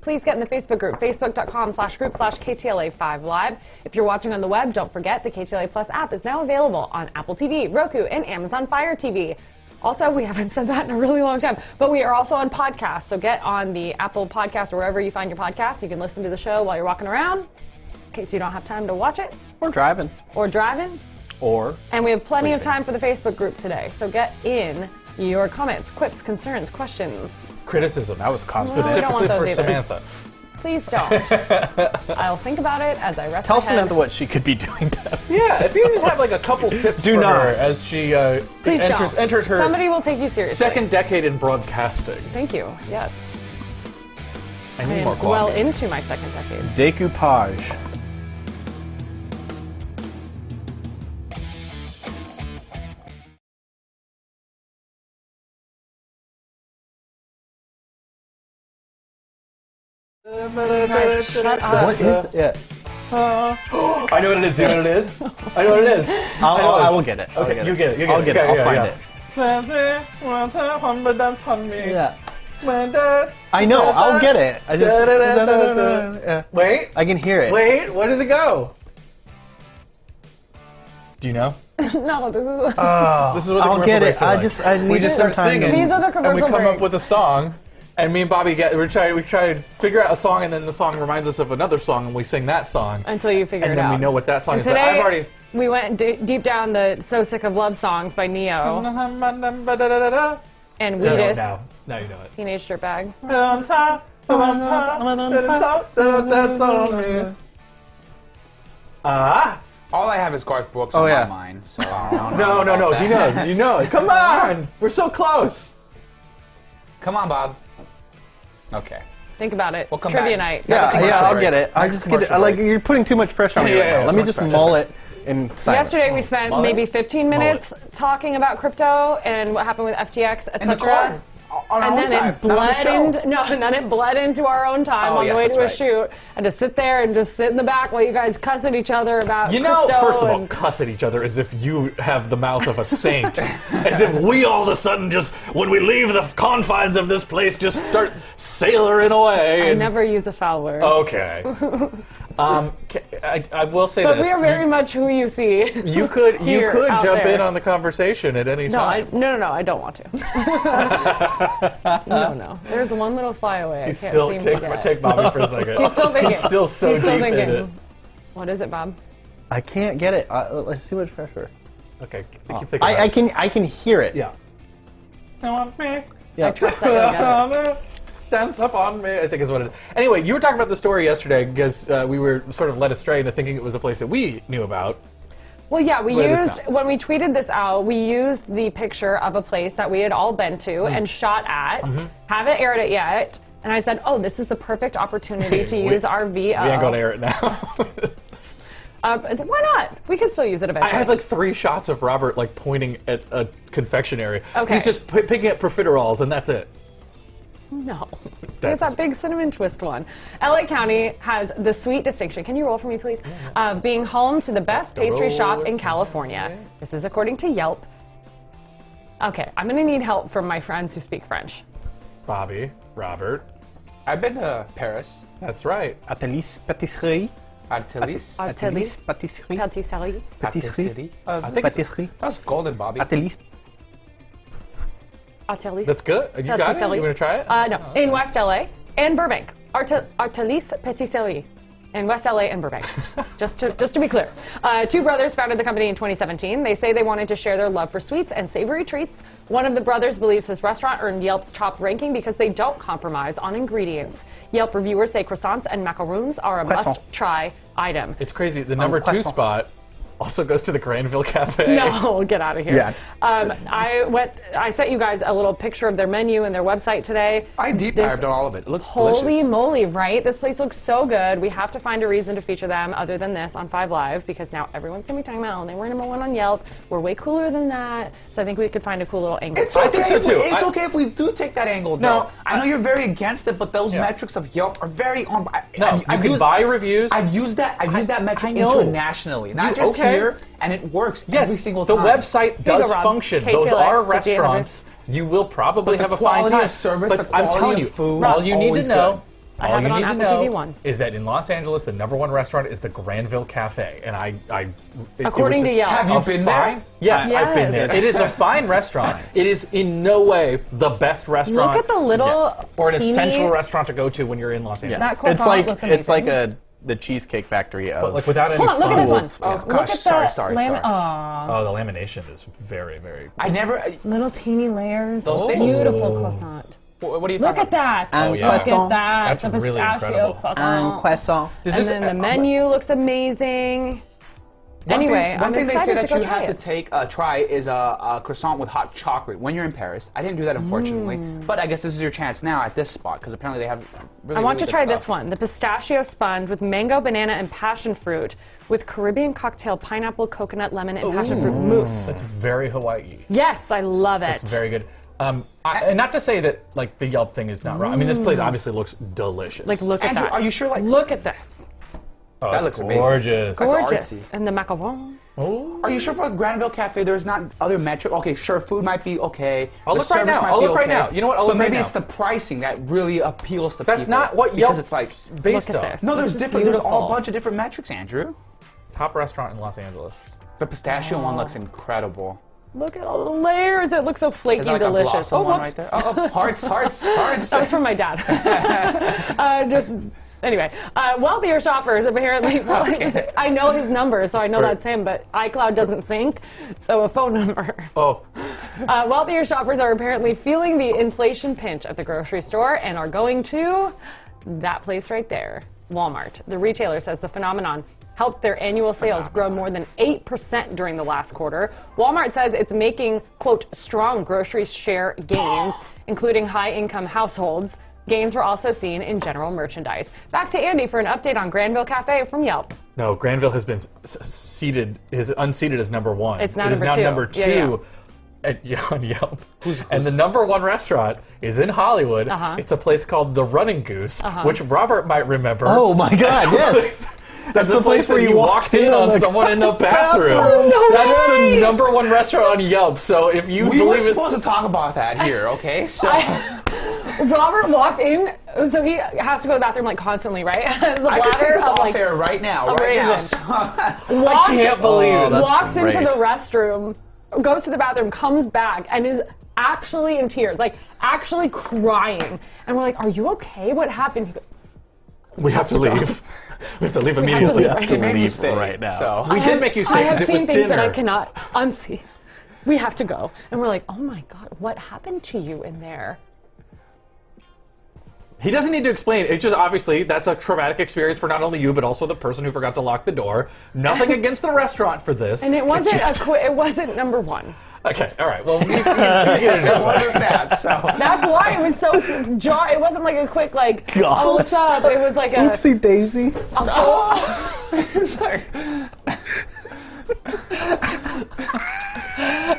S3: Please get in the Facebook group, facebook.com slash group slash KTLA5Live. If you're watching on the web, don't forget the KTLA Plus app is now available on Apple TV, Roku, and Amazon Fire TV. Also, we haven't said that in a really long time, but we are also on podcasts. So get on the Apple podcast or wherever you find your podcast. You can listen to the show while you're walking around in case you don't have time to watch it
S4: We're driving.
S3: or driving.
S4: Or
S3: And we have plenty of time for the Facebook group today. So get in your comments, quips, concerns, questions.
S1: Criticism. That
S4: was cosmic. No, we
S1: specifically
S3: don't want
S1: for
S3: those either.
S1: Samantha.
S3: Please don't. I'll think about it as I rest
S4: tell
S3: my head.
S4: Samantha what she could be doing. To
S1: Yeah, if you just have like a couple tips
S4: Do
S1: for
S4: not.
S1: her as she uh,
S3: Please
S1: enters
S3: don't.
S1: enters her
S3: Somebody will take you seriously.
S1: second decade in broadcasting.
S3: Thank you. Yes.
S1: I
S3: I
S1: need
S3: am
S1: more coffee.
S3: well into my second decade.
S4: Decoupage.
S3: Shut up.
S4: What is yeah.
S1: I know what it is. Do you know what it is? I know what it is.
S4: I'll,
S1: I know
S4: I'll, I will get it. I'll
S1: Okay, you get it, you get
S4: I'll
S1: it.
S4: get
S1: Yeah,
S4: it. I'll
S1: yeah,
S4: find
S1: yeah. it.
S4: it. Yeah. I know. I'll get it. I just. Yeah.
S1: Wait,
S4: I can hear it.
S1: wait. Where does it go? Do you know?
S3: No, this is.
S1: This is what the
S4: Oh, I'll
S1: commercial
S4: get
S1: breaks
S4: it.
S1: are
S4: I
S1: like.
S4: just. I need
S1: we just
S4: some
S1: start
S4: time to-
S1: singing.
S3: These are the
S1: and we
S3: commercial
S1: come up
S3: breaks.
S1: with a song, and me and Bobby get we try we try to figure out a song, and then the song reminds us of another song, and we sing that song.
S3: until you figure
S1: And
S3: it
S1: then
S3: out.
S1: we know what that song
S3: And
S1: is, but
S3: Today,
S1: I've already-
S3: We went d- deep down the "So Sick of Love" songs by
S1: Oh,
S3: Neo and
S1: No,
S3: Weedus,
S1: now, now you know it.
S3: Teenage Dirtbag.
S1: Ah!
S2: All I have is Garth Brooks
S4: Oh,
S2: on
S4: yeah.
S2: my mind, so I don't know
S1: No, no,
S2: about
S1: no.
S2: that.
S1: He knows. You know it. Come on! We're so close.
S2: Come on, Bob. Okay.
S3: Think about it. it's
S2: come back.
S3: trivia
S2: Next
S3: night.
S4: Yeah, yeah.
S2: commercial
S4: I'll
S2: break.
S4: get it. I
S2: Next
S4: just get it. I
S2: commercial
S4: Like
S2: break.
S4: you're putting too much pressure on me.
S1: Yeah,
S4: right
S1: yeah,
S4: now. Let me
S1: much
S4: just
S2: pressure.
S4: mull it in silence.
S3: Yesterday we spent
S1: Mullet.
S3: maybe 15 minutes talking about crypto and what happened with FTX,
S2: the
S3: etc.
S2: car. on our
S3: and
S2: own
S3: then
S2: time, not on
S3: it
S2: the
S3: bled
S2: show.
S3: into no, and then it bled into our own time
S2: Oh,
S3: on
S2: yes,
S3: the way
S2: that's
S3: to a
S2: right.
S3: shoot, and to sit there and just sit in the back while you guys cuss at each other about
S1: You know,
S3: crypto
S1: first of all,
S3: and-
S1: cuss at each other as if you have the mouth of a saint. as if we all of a sudden just, when we leave the confines of this place, just start sailoring away.
S3: I
S1: and- Oh,
S3: never use a foul word.
S1: Okay. um, ca- I, I will say
S3: but
S1: this.
S3: we are very much who you see.
S1: you, you could you
S3: here,
S1: could
S3: out
S1: jump
S3: there.
S1: in on the conversation at any
S3: No, I,
S1: time.
S3: no, no, no, I don't want to. no, no. There's one little flyaway.
S1: He's
S3: I can't
S1: still
S3: seem
S1: take,
S3: to get.
S1: take Bobby for a second.
S3: He's still thinking.
S1: He's still so
S3: He's still
S1: deep in
S3: thinking.
S1: it.
S3: What is it, Bob?
S4: I can't get it. Uh, it's too much pressure.
S1: Okay, keep thinking. about
S4: Oh, I, I
S1: it.
S4: can I can hear it.
S1: Yeah. No, I'm me.
S4: Yeah.
S3: I trust that you'll get it.
S1: Dance up on me, I think is what it is. Anyway, you were talking about the story yesterday because uh, we were sort of led astray into thinking it was a place that we knew about.
S3: Well, yeah, we
S1: But it's
S3: used
S1: not.
S3: when we tweeted this out. We used the picture of a place that we had all been to
S1: Mm-hmm.
S3: and shot at. Haven't aired it yet, and I said, "Oh, this is the perfect opportunity to
S1: We-
S3: use our VO."
S1: We ain't gonna air it now.
S3: Uh, but why not? We could still use
S1: I
S3: it eventually.
S1: had like three shots of Robert like pointing at a confectionery.
S3: Okay.
S1: He's just p- picking up profiteroles and that's it.
S3: no.
S1: That's-
S3: There's that big cinnamon twist one. LA County has the sweet distinction. Can you roll for me, please? Of being home to the best
S1: Roll
S3: pastry shop in
S1: it.
S3: California. This is according to Yelp. Okay, I'm gonna need help from my friends who speak French.
S1: Bobby, Robert.
S2: I've been to Paris,
S1: That's right.
S4: Atelier pâtisserie.
S2: Artelis,
S3: Art-
S4: Atelier pâtisserie.
S3: Patisserie.
S4: Pâtisserie.
S2: Uh,
S1: I think it's-
S4: Pâtisserie.
S2: that was golden, Bobby.
S4: Atelier.
S3: Artelis.
S1: that's good. You got it? You
S3: Patisserie.
S1: want to try it?
S3: Uh, no, in
S2: Uh-huh.
S3: West LA and Burbank. Arte- Artelis Patisserie. In West LA and Burbank, just to just to be clear, uh, two brothers founded the company in 2017. They say they wanted to share their love for sweets and savory treats. One of the brothers believes his restaurant earned Yelp's top ranking because they don't compromise on ingredients. Yelp reviewers say croissants and macaroons are a
S4: Croissant.
S3: must-try item.
S1: it's crazy. The number two
S4: croissant.
S1: spot also goes to the Granville Cafe.
S3: No, get out of here.
S4: Yeah.
S3: Um, I went. I sent you guys a little picture of their menu and their website today.
S2: I deep
S3: This-
S2: dived on all of it. It looks
S3: Holy
S2: delicious.
S3: moly, right? This place looks so good. We have to find a reason to feature them other than this on Five Live because now everyone's gonna be talking about, oh, they were number one on Yelp. We're way cooler than that. So I think we could find a cool little angle.
S2: It's okay
S1: I think so,
S2: if we-
S1: too.
S2: It's
S1: I-
S2: okay if we do take that angle.
S1: No,
S2: though. I know you're very against it, but those
S1: Yeah.
S2: metrics of Yelp are very on. I,
S1: No,
S2: I've-
S1: you
S2: I've
S1: can
S2: used-
S1: buy reviews.
S2: I've used that. I've used that
S1: I
S2: metric
S1: know.
S2: internationally, not
S1: You-
S2: just
S1: okay.
S2: here, and it works
S1: Yes,
S2: every single
S1: the
S2: time.
S1: website does
S3: Rob.
S1: function.
S3: KTLA,
S1: Those are
S3: the GM.
S1: restaurants. You will probably
S2: But the
S1: have a fine
S2: quality
S1: time.
S2: of service,
S1: but
S2: the
S1: I'm
S2: quality
S1: telling
S2: of
S1: you,
S2: food
S1: all
S2: is
S1: you need to
S2: always
S1: know,
S3: I
S1: all
S3: have
S1: you
S3: it on
S1: need to
S3: Apple
S1: know
S3: TV one.
S1: is that in Los Angeles, the number one restaurant is the Granville Cafe, and I, I it- it
S3: According
S1: was
S3: to
S1: just-
S3: Yelp. Have
S2: you
S1: a
S2: been
S1: fine-
S2: there?
S1: Yes, I've been there.
S3: Yes.
S1: It is a fine restaurant. It is in no way the best restaurant.
S3: Look at the little
S1: or an
S3: teeny-
S1: essential restaurant to go to when you're in Los Angeles.
S3: That croissant
S4: it's like
S3: looks amazing.
S4: it's like a the cheesecake factory of
S1: But like without any.
S3: Hold on, look at
S1: fun-
S3: this one.
S4: Oh,
S3: look
S2: gosh,
S3: at the
S2: sorry, sorry,
S3: lam-
S2: sorry.
S3: Aw,
S1: Oh, the lamination is very, very.
S2: I never.
S3: oh, little teeny layers.
S2: Those
S3: of
S2: things- Oh,
S3: Beautiful croissant.
S2: What do you
S3: Look
S2: think?
S3: at that.
S4: And
S1: yeah.
S3: Look
S4: croissant.
S3: at that.
S1: That's
S3: the
S1: really
S3: pistachio
S1: incredible.
S3: croissant.
S4: croissant.
S1: Does
S3: and
S1: this-
S3: then the menu looks amazing. anyway,
S2: thing, one
S3: I'm
S2: thing they say
S3: excited
S2: that
S3: to go
S2: you
S3: try
S2: have
S3: it.
S2: to take uh, try is a, a croissant with hot chocolate when you're in Paris. I didn't do that unfortunately, but I guess this is your chance now at this spot because apparently they have. Really,
S3: Mm. I want
S2: really
S3: to
S2: good
S3: try
S2: stuff.
S3: this one the pistachio sponge with mango, banana, and passion fruit with Caribbean cocktail, pineapple, coconut, lemon, and passion fruit mousse.
S1: That's very Hawaii.
S3: Yes, I love it.
S1: It's very good. Um, I, and not to say that like the Yelp thing is not wrong. I mean, this place obviously looks delicious.
S3: Mm. like, look
S2: Andrew,
S3: at that.
S2: are you sure, like-
S3: look at this.
S1: oh,
S2: that
S1: it's
S2: looks amazing.
S1: gorgeous.
S2: That's
S3: Gorgeous.
S2: artsy.
S3: And the macaron.
S1: Oh.
S2: Are you sure for Granville Cafe there's not other metric? Okay, sure, food might be okay.
S1: I'll
S2: the
S1: look right
S2: service
S1: now.
S2: might
S1: I'll
S2: be
S1: look right
S2: okay,
S1: now. You know what? I'll
S2: but
S1: look right
S2: maybe
S1: now.
S2: it's the pricing that really appeals to
S1: That's
S2: people.
S1: not what
S2: because
S1: Yelp
S2: it's like.
S1: based
S3: Look at
S1: on.
S3: this.
S2: No, there's
S3: is
S2: different. There's all
S3: beautiful.
S2: a bunch of different metrics, Andrew.
S1: Top restaurant in Los Angeles.
S2: The pistachio one looks incredible.
S3: Look at all the layers. It looks so flaky
S2: Is that like a
S3: delicious.
S2: blossom one
S3: whoops.
S2: right there? Oh, oh, hearts, hearts, hearts.
S3: That was from my dad. uh, just anyway, uh, wealthier shoppers apparently. I know his number, so I know
S1: pretty-
S3: that's him. But iCloud doesn't sync, so a phone number.
S1: Oh,
S3: Uh, wealthier shoppers are apparently feeling the inflation pinch at the grocery store and are going to that place right there, Walmart. The retailer says the phenomenon helped their annual sales grow more than 8% during the last quarter. Walmart says it's making, quote, strong grocery share gains, including high income households. Gains were also seen in general merchandise. Back to Andy for an update on Granville Cafe from Yelp.
S1: no. Granville has been s- s- seated, is unseated as number one.
S3: It's now
S1: It is
S3: number
S1: now
S3: two.
S1: number two.
S3: Yeah, yeah.
S1: at, yeah, on Yelp. and the number one restaurant is in Hollywood.
S3: Uh-huh.
S1: It's a place called The Running Goose, which Robert might remember.
S4: Oh my God! Yes.
S1: That's the place where you walked in on
S4: the-
S1: someone in the bathroom.
S4: No
S1: That's
S3: way.
S1: the number one restaurant on Yelp. So if you
S2: We were
S1: believe
S2: supposed
S1: it's
S2: to talk about that here, okay? So
S3: Robert walked in, so he has to go to the bathroom like constantly, right? As the
S2: I could take
S3: bladder
S2: this
S3: of,
S2: off
S3: like,
S2: air right now,
S3: a
S2: right now.
S3: raisin.
S2: So-
S1: I can't believe
S4: Oh,
S1: it.
S4: that's-
S3: walks into
S4: great.
S3: the restroom, goes to the bathroom, comes back, and is actually in tears, like actually crying. And we're like, "Are you okay? What happened?" He goes,
S1: we have to leave. we have to leave
S3: have to
S1: immediately.
S3: leave.
S2: It made me
S4: leave
S2: stay,
S4: right now.
S2: So.
S1: We did make you stay
S3: I have
S1: because it was
S3: seen things that I
S1: dinner.
S3: cannot unsee. We have to go, and we're like, "Oh my god, what happened to you in there?"
S1: He doesn't need to explain. It's just obviously that's a traumatic experience for not only you but also the person who forgot to lock the door. Nothing against the restaurant for this.
S3: And it wasn't
S1: It's just-
S3: a qu- it wasn't number one.
S1: okay. All right. Well, we, we, we get it
S2: so
S1: out.
S2: what is that? So
S3: That's why it was so s- jar. It wasn't like a quick like
S4: Gosh.
S3: oh what's up. It was like a
S4: Oopsie Daisy.
S3: a full-
S2: it's like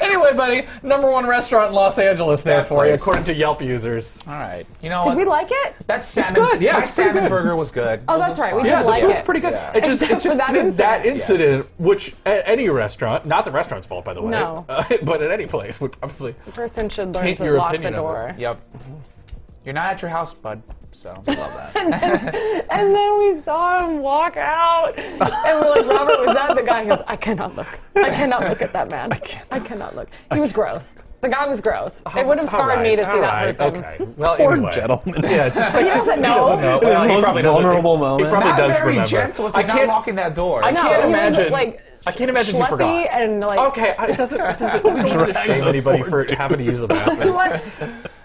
S1: Anyway, buddy, number one restaurant in Los Angeles there
S2: That
S1: for you,
S2: place.
S1: according to Yelp users.
S2: all right. You know
S1: Ah.
S3: Did
S2: what?
S3: we like it?
S2: that salmon,
S1: good, yeah,
S2: my
S1: it's pretty
S2: salmon
S1: good.
S2: burger was good.
S3: Oh,
S2: It was
S3: that's right, we
S2: fine.
S3: did
S1: Yeah,
S3: like
S1: the food's
S3: it.
S1: pretty good.
S2: Yeah.
S1: It just, it
S3: Except
S1: just
S3: for that
S1: did that
S3: incident.
S1: incident, which at any restaurant, not the restaurant's fault, by the way,
S3: No.
S1: uh, but at any place would probably.
S3: Person should learn
S1: Take
S3: to
S1: your
S3: lock the
S1: opinion of it.
S3: door.
S2: Yep. You're not at your house, bud. So love that.
S3: And then we saw him walk out, and we're like, Robert, was that the guy? He goes, I cannot look. I cannot look at that man. I cannot, look. He was gross. The guy was gross. it would
S1: Oh,
S3: have
S1: All
S3: scarred
S1: right,
S3: me to see
S1: all
S3: that
S1: right,
S3: person.
S1: Okay. Well,
S4: Poor
S1: anyway.
S4: gentleman.
S1: Yeah, it's just like,
S3: He doesn't know.
S1: Well,
S4: It was
S1: he
S4: the most
S1: probably doesn't-
S4: vulnerable
S1: he-
S4: moment.
S1: He probably
S2: Not
S1: does
S2: very
S1: remember.
S2: gentle if
S1: I
S2: he's not
S1: can't-
S2: locking that door.
S1: I
S3: No,
S1: can't
S3: he
S1: imagine.
S3: Was, like,
S1: I can't imagine he
S3: schleppy
S1: forgot.
S3: and like.
S1: Okay, I- it doesn't. It doesn't we don't want to shame anybody for having to use the bathroom.
S3: What?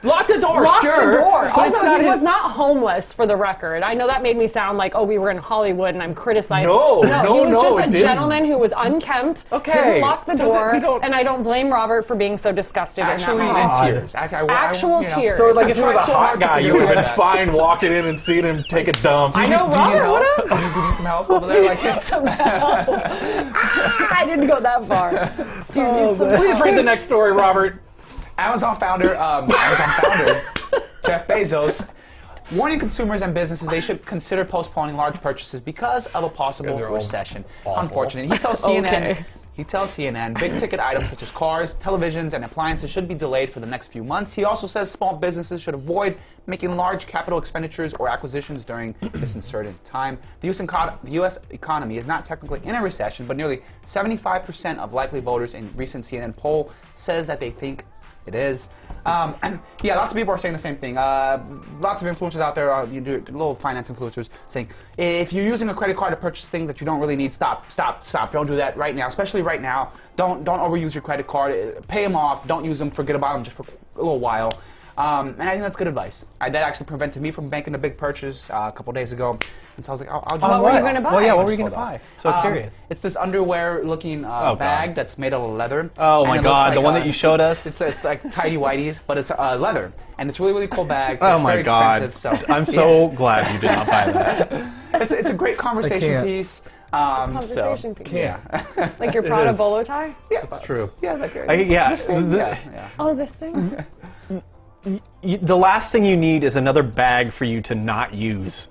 S1: Lock the door,
S3: Lock
S1: sure.
S3: the door.
S1: but it's
S3: Also,
S1: not
S3: he
S1: his-
S3: was not homeless, for the record. I know that made me sound like, oh, we were in Hollywood and I'm criticizing.
S1: No, no,
S3: he was
S1: no,
S3: just
S1: it
S3: a
S1: didn't.
S3: gentleman who was unkempt.
S1: Okay.
S3: Didn't lock the
S1: Doesn't-
S3: door.
S1: we don't-
S3: and I don't blame Robert for being so disgusted
S2: actually
S3: in that
S2: in
S3: moment.
S2: tears. I- I- I-
S3: Actual
S2: you know.
S3: tears.
S1: So like if
S2: I
S1: he was a
S2: tried so
S1: hot
S2: hard to
S1: guy,
S2: figure
S1: you would
S2: out
S1: have been
S2: that.
S1: fine walking in and seeing him take a dump.
S3: I know
S2: Do you
S3: Robert would have.
S2: help? Do you need some help over there? Like, it's
S3: Some help. Ah, I didn't go that far. Do you
S2: Oh,
S3: need some
S1: Please
S3: help?
S1: read the next story, Robert.
S2: Amazon founder, um, Amazon founder Jeff Bezos, warning consumers and businesses they should consider postponing large purchases because of a possible
S1: Guys are all
S2: recession.
S1: awful.
S2: Unfortunately, he tells CNN.
S3: Okay.
S2: He tells CNN big ticket items such as cars, televisions, and appliances should be delayed for the next few months. He also says small businesses should avoid making large capital expenditures or acquisitions during this uncertain time. The US, eco- the US economy is not technically in a recession, but nearly 75% of likely voters in recent CNN poll says that they think it is. Um, yeah, lots of people are saying the same thing. Uh, lots of influencers out there, are, you do little finance influencers, saying if you're using a credit card to purchase things that you don't really need, stop, stop, stop. Don't do that right now, especially right now. Don't don't overuse your credit card. Uh, Pay them off. Don't use them. Forget about them just for a little while. Um, and I think that's good advice. I, that actually prevented me from making a big purchase uh, a couple days ago, and so I was like, I'll, I'll just.
S3: Oh, What were you gonna buy?
S4: Well, yeah, what were you going
S2: Hold
S4: to
S2: on.
S4: buy? So
S2: Um,
S4: curious. Oh,
S2: It's this underwear-looking uh,
S4: God.
S2: bag that's made out of leather.
S4: Oh
S2: and
S4: my
S2: it looks
S4: God, the
S2: like,
S4: one
S2: uh,
S4: that you showed us.
S2: It's, it's like tidy whities, but it's uh, leather, and it's a really really cool bag.
S4: Oh
S2: it's
S4: my
S2: very
S4: God!
S2: Expensive, so
S4: I'm so glad you did not buy that.
S2: it's, it's a great conversation
S1: can't.
S2: piece. Um,
S3: Conversation
S2: so.
S3: piece.
S2: Yeah,
S3: Like your Prada
S1: is.
S3: bolo tie?
S2: yeah, it's
S1: True.
S2: Yeah, like, uh,
S4: I, yeah,
S2: this thing,
S4: the-
S2: yeah, yeah.
S3: Oh, this
S2: Mm-hmm.
S3: thing?
S4: you- the last thing you need is another bag for you to not use.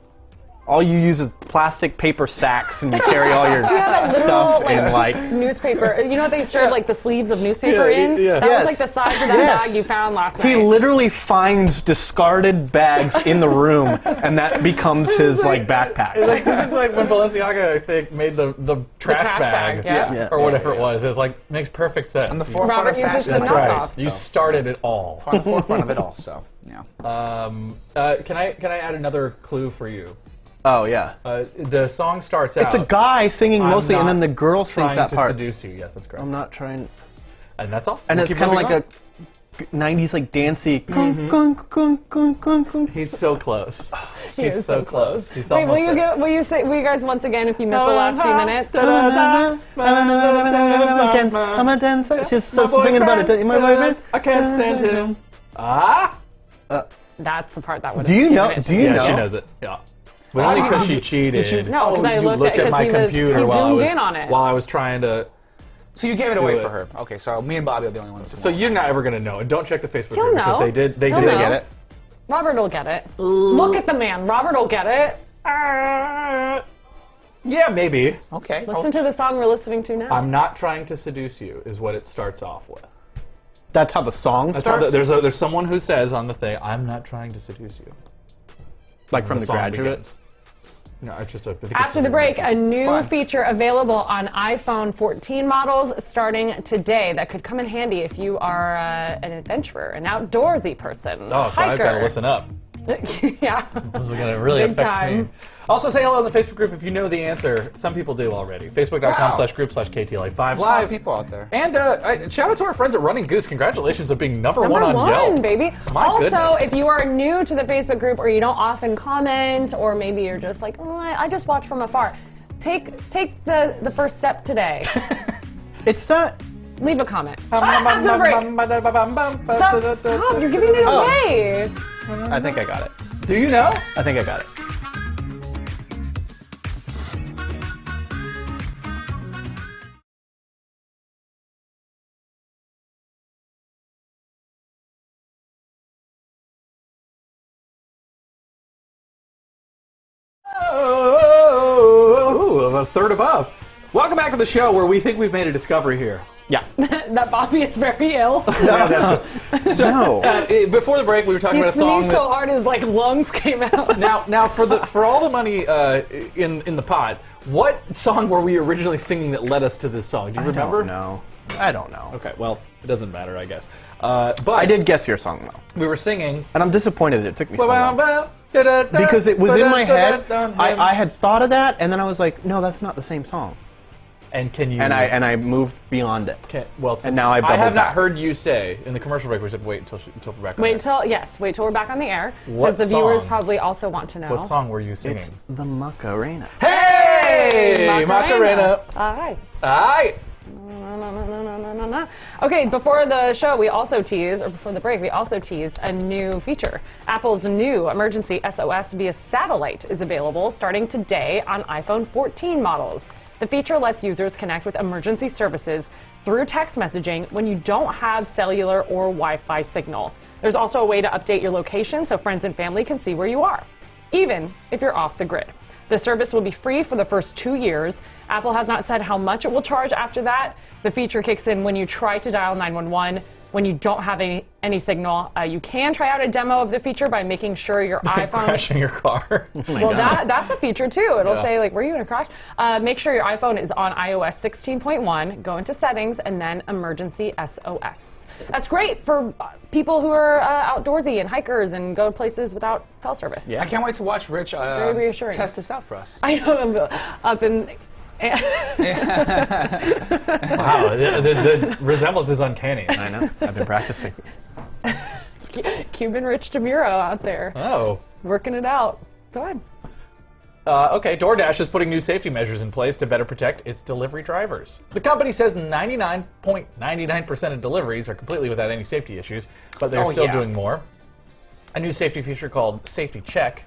S4: All you use is plastic paper sacks, and you carry all your
S3: Yeah, that
S4: stuff
S3: literal,
S4: in
S3: like-
S4: like
S3: Newspaper. You know what they serve like the sleeves of newspaper
S4: Yeah,
S3: in?
S4: yeah.
S3: That
S4: Yes.
S3: was like the size of that
S4: Yes.
S3: bag you found last
S4: He
S3: night.
S4: literally finds discarded bags in the room, and that becomes his like backpack.
S1: Like this is like when Balenciaga, I think, made the the trash,
S3: trash
S1: bag,
S3: bag, yeah.
S4: Yeah.
S1: or
S4: Yeah,
S1: whatever
S2: yeah.
S1: it was. It's like makes perfect sense.
S2: On the
S1: You-
S2: forefront
S3: Robert
S2: of
S3: uses
S2: fashion.
S3: the
S1: That's
S3: Knock
S1: right.
S3: off,
S1: You
S2: so.
S1: started it all.
S2: On the forefront of it all. So yeah.
S1: Um, uh, can I can I add another clue for you?
S4: Oh yeah,
S1: Uh, the song starts out.
S4: it's a guy singing
S1: I'm
S4: mostly, and
S1: not
S4: then the girl sings
S1: trying
S4: that
S1: to
S4: part.
S1: seduce you. Yes, that's correct.
S4: I'm not trying,
S1: and that's all.
S4: and
S1: We'll
S4: it's
S1: keep
S4: kind of
S1: moving
S4: like
S1: on.
S4: a '90s like dancey. kung, kung, kung, kung, kung, kung.
S1: He's so close.
S3: He
S1: He's
S3: is
S1: so close. He's
S3: Wait, will
S1: almost
S3: you
S1: there. Uh-huh.
S3: get, will you say will you guys once again if you missed the last few minutes?
S4: Dance, I'm a dancer. She's so singing about it. My boyfriend.
S1: I can't stand him. Ah!
S3: That's the part that would.
S4: Do you know? Do you
S1: Yeah,
S4: know?
S1: she knows it. Yeah. But only because she cheated.
S3: No, 'cause I
S1: Oh, you
S3: looked
S1: looked
S3: at-
S1: at
S3: 'cause
S1: my
S3: he was-
S1: computer
S3: he
S1: while I
S3: zoomed
S1: was
S3: in on it.
S1: while I was trying to
S2: So you gave it away
S1: it.
S2: for her. Okay, so me and Bobby are the only ones. who
S1: So
S2: won.
S1: you're not ever gonna know, and don't check the Facebook
S3: He'll
S1: group because
S3: know.
S1: they did. They
S3: He'll
S1: did
S3: know.
S1: get it.
S3: Robert will get it. Look at the man. Robert will get it.
S1: Uh, yeah, maybe.
S2: okay.
S3: Listen to the song we're listening to now.
S1: I'm not trying to seduce you, is what it starts off with.
S4: That's how the song
S1: That's how
S4: starts.
S1: the, there's a, there's someone who says on the thing, "I'm not trying to seduce you."
S4: like from the,
S1: song begins.
S4: graduates.
S1: No, it's just a. I think it's
S3: After
S1: just
S3: the
S1: a-
S3: break, a new
S2: Fun.
S3: feature available on iPhone 14 models starting today that could come in handy if you are uh, an adventurer, an outdoorsy person.
S1: Oh, so I've got to
S3: hiker.
S1: listen up.
S3: yeah.
S1: This is going to really
S3: Big
S1: affect
S3: time.
S1: me. Also, say hello in the Facebook group if you know the answer. Some people do already. Facebook.com
S2: Wow.
S1: slash group slash KTLA5
S2: Smart
S1: live.
S2: people out there.
S1: And uh, I, shout out to our friends at Running Goose. Congratulations on being number,
S3: Number
S1: one on Yelp.
S3: baby.
S1: My
S3: also,
S1: goodness.
S3: if you are new to the Facebook group or you don't often comment, or maybe you're just like, "Oh, I I just watch from afar, take take the, the first step today.
S4: It's not.
S3: Leave a comment. Ah, after the break. Stop, stop, you're giving it away.
S4: I think I got it.
S1: Do you know?
S4: I think I got it.
S1: Oh, a third above. Welcome back to the show where we think we've made a discovery here.
S4: Yeah.
S3: that Bobby is very ill.
S1: So,
S4: No.
S1: uh, eh, before the break, we were talking
S3: He
S1: about a song.
S3: sneezed
S1: that-
S3: so hard his like lungs came out.
S1: now, now for the for all the money uh, in in the pot, what song were we originally singing that led us to this song? Do you remember?
S4: No. I don't know.
S1: Okay, well, it doesn't matter, I guess. Uh, but
S4: I did guess your song though,
S1: We were singing.
S4: and I'm disappointed it took me so long. Because it was in my head. I, I had thought of that, and then I was like, no, that's not the same song.
S1: and can you?
S4: And I and I moved beyond it.
S1: Can, well, since
S4: now I
S1: I have not
S4: doubled back.
S1: heard you say in the commercial break. We said wait until she, until we're back. on air."
S3: Wait till yes, wait till we're back on the air
S1: What
S3: because the viewers
S1: song?
S3: probably also want to know.
S1: What song were you singing?
S4: It's the Macarena.
S1: Hey, Macarena.
S3: All right.
S1: Hi.
S3: Na, na, na, na, na, na, na. Okay, before the show, we also teased, or before the break, we also teased a new feature. Apple's new emergency SOS via satellite is available starting today on iPhone 14 models. The feature lets users connect with emergency services through text messaging when you don't have cellular or Wi Fi signal. There's also a way to update your location so friends and family can see where you are, even if you're off the grid. The service will be free for the first two years. Apple has not said how much it will charge after that. The feature kicks in when you try to dial 911 when you don't have any, any signal. Uh, you can try out a demo of the feature by making sure your iPhone
S1: Crashing your car.
S4: Oh
S3: well, that, that's a feature too. It'll
S1: Yeah.
S3: say like, "Were you in a crash?" Uh, make sure your iPhone is on iOS 16.1. Go into settings and then emergency SOS. That's great for uh, people who are uh, outdoorsy and hikers and go to places without cell service.
S2: I can't wait to watch Rich uh,
S3: Very reassuring.
S2: test this out for us.
S3: I know I'm uh, up in.
S1: wow, the, the, the resemblance is uncanny.
S4: I know. I've been practicing.
S3: Cuban Rich DeMuro out there
S1: Oh.
S3: working it out. Go ahead.
S1: Uh, okay, DoorDash is putting new safety measures in place to better protect its delivery drivers. The company says 99.99% of deliveries are completely without any safety issues, but they're
S2: Oh,
S1: still
S2: yeah.
S1: doing more. A new safety feature called Safety Check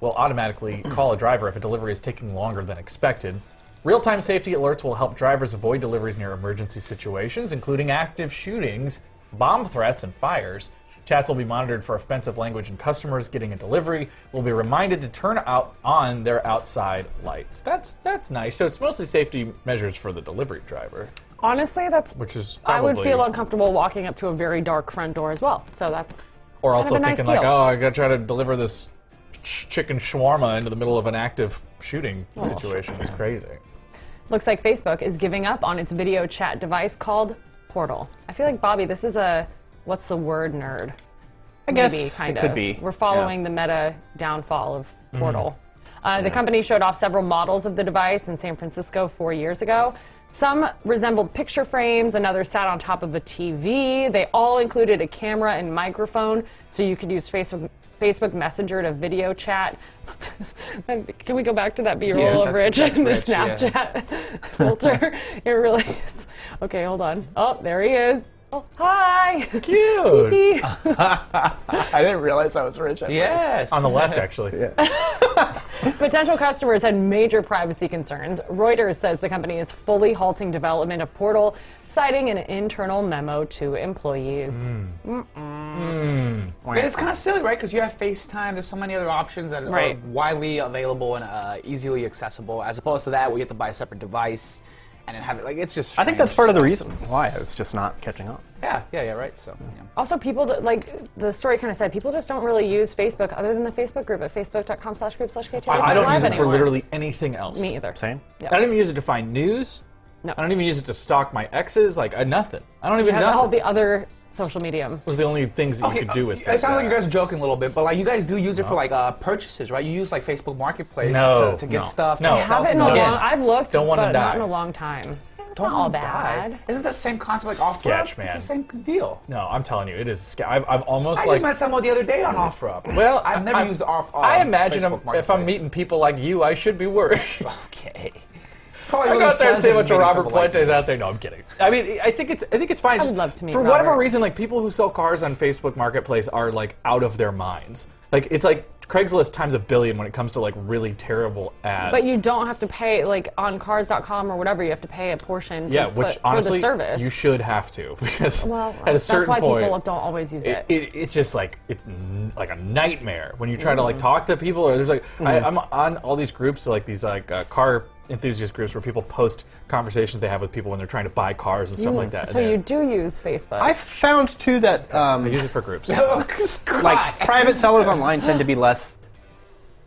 S1: will automatically call a driver if a delivery is taking longer than expected. Real time safety alerts will help drivers avoid deliveries near emergency situations, including active shootings, bomb threats, and fires. Chats will be monitored for offensive language, and customers getting a delivery will be reminded to turn out on their outside lights. That's that's nice. So it's mostly safety measures for the delivery driver,
S3: Honestly, that's.
S1: which is
S3: I
S1: probably
S3: would feel uncomfortable walking up to a very dark front door as well. So that's.
S1: or
S3: kind of
S1: also
S3: a nice
S1: thinking like,
S3: deal.
S1: oh, I gotta try to deliver this ch- chicken shawarma into the middle of an active shooting situation. It's crazy.
S3: Looks like Facebook is giving up on its video chat device called Portal. I feel like Bobby, this is a what's the word nerd.
S4: I guess
S3: Maybe, kind
S4: it
S3: of.
S4: could be. Mm-hmm.
S3: We're following the meta downfall of Portal. Uh, the company showed off several models of the device in San Francisco four years ago. Some resembled picture frames, another sat on top of a TV. They all included a camera and microphone, so you could use Facebook, Facebook Messenger to video chat. Can we go back to that B roll
S2: Yes,
S3: of
S2: that's-
S3: Rich
S2: that's
S3: in the
S2: Rich, yeah.
S3: Snapchat filter? it really is. Okay, hold on. Oh, there he is. Hi.
S1: Cute.
S4: I didn't realize I was rich. At
S2: Yes.
S1: On the left, actually.
S3: Potential customers had major privacy concerns. Reuters says the company is fully halting development of Portal, citing an internal memo to employees.
S1: Mm.
S2: And it's kind of silly, right? Because you have FaceTime. There's so many other options that
S3: Right.
S2: are widely available and uh, easily accessible, as opposed to that, where you have to buy a separate device and then have it. Like it's just.
S4: I think that's part of the reason why I was just not catching on.
S2: Yeah, yeah, yeah. Right. So. Yeah.
S3: Also, people that, like the story kind of said people just don't really use Facebook other than the Facebook group at facebook.com/group/kt.
S1: I don't use it for
S3: anymore.
S1: literally anything else.
S3: me either.
S4: Same.
S1: I don't even use it to find news.
S3: No.
S1: I don't even use it to stalk my exes. Like I, nothing. I don't
S3: You
S1: even
S3: have
S1: know.
S3: all the other social medium.
S1: was the only things that you could do with
S2: uh,
S1: that.
S2: It sounds like you guys are joking a little bit, but like you guys do use it for like uh, purchases, right? You use like Facebook Marketplace
S1: No,
S2: to, to get
S1: no,
S2: stuff.
S1: no.
S2: to
S1: I
S2: sell
S3: Have it in a
S2: stuff.
S1: Again,
S3: long. I've looked,
S1: don't wanna
S3: but not
S1: die.
S3: in a long time. It's
S2: Don't
S3: not all
S2: die.
S3: bad.
S2: Isn't that the same concept like offer?
S1: Sketch, man.
S2: It's the same deal.
S1: no, I'm telling you, it is. sca- I've, I've almost
S2: I
S1: like.
S2: just met someone the other day on OfferUp.
S1: well,
S2: I've never
S1: I-
S2: used off. um,
S1: I imagine
S2: Facebook
S1: I'm- if I'm
S2: Marketplace.
S1: meeting people like you, I should be worried.
S2: Okay. It's probably
S1: I
S2: really
S1: go out there and say a
S2: pleasant
S1: bunch of
S2: meeting
S1: Robert
S2: someone like
S1: Puentes
S2: you.
S1: out there. No, I'm kidding. I mean, I think it's I think it's fine.
S3: I would
S1: Just
S3: love to meet
S1: for whatever
S3: Robert.
S1: reason, like people who sell cars on Facebook Marketplace are like out of their minds. Like it's like Craigslist times a billion when it comes to like really terrible ads.
S3: But you don't have to pay like on cars.com or whatever. You have to pay a portion. To
S1: yeah,
S3: put-
S1: which honestly,
S3: for the service.
S1: you should have to because
S3: Well,
S1: at a
S3: that's
S1: certain
S3: why
S1: point,
S3: people don't always use
S1: it,
S3: it.
S1: it, it's just like it, n- like a nightmare when you try to like
S3: Mm.
S1: talk to people or there's like I, I'm on all these groups like these like uh, car enthusiast groups where people post conversations they have with people when they're trying to buy cars and stuff like that.
S3: So
S1: and
S3: you
S1: they-
S3: do use Facebook.
S4: I found too that um,
S1: use it for groups.
S4: like private sellers online tend to be less,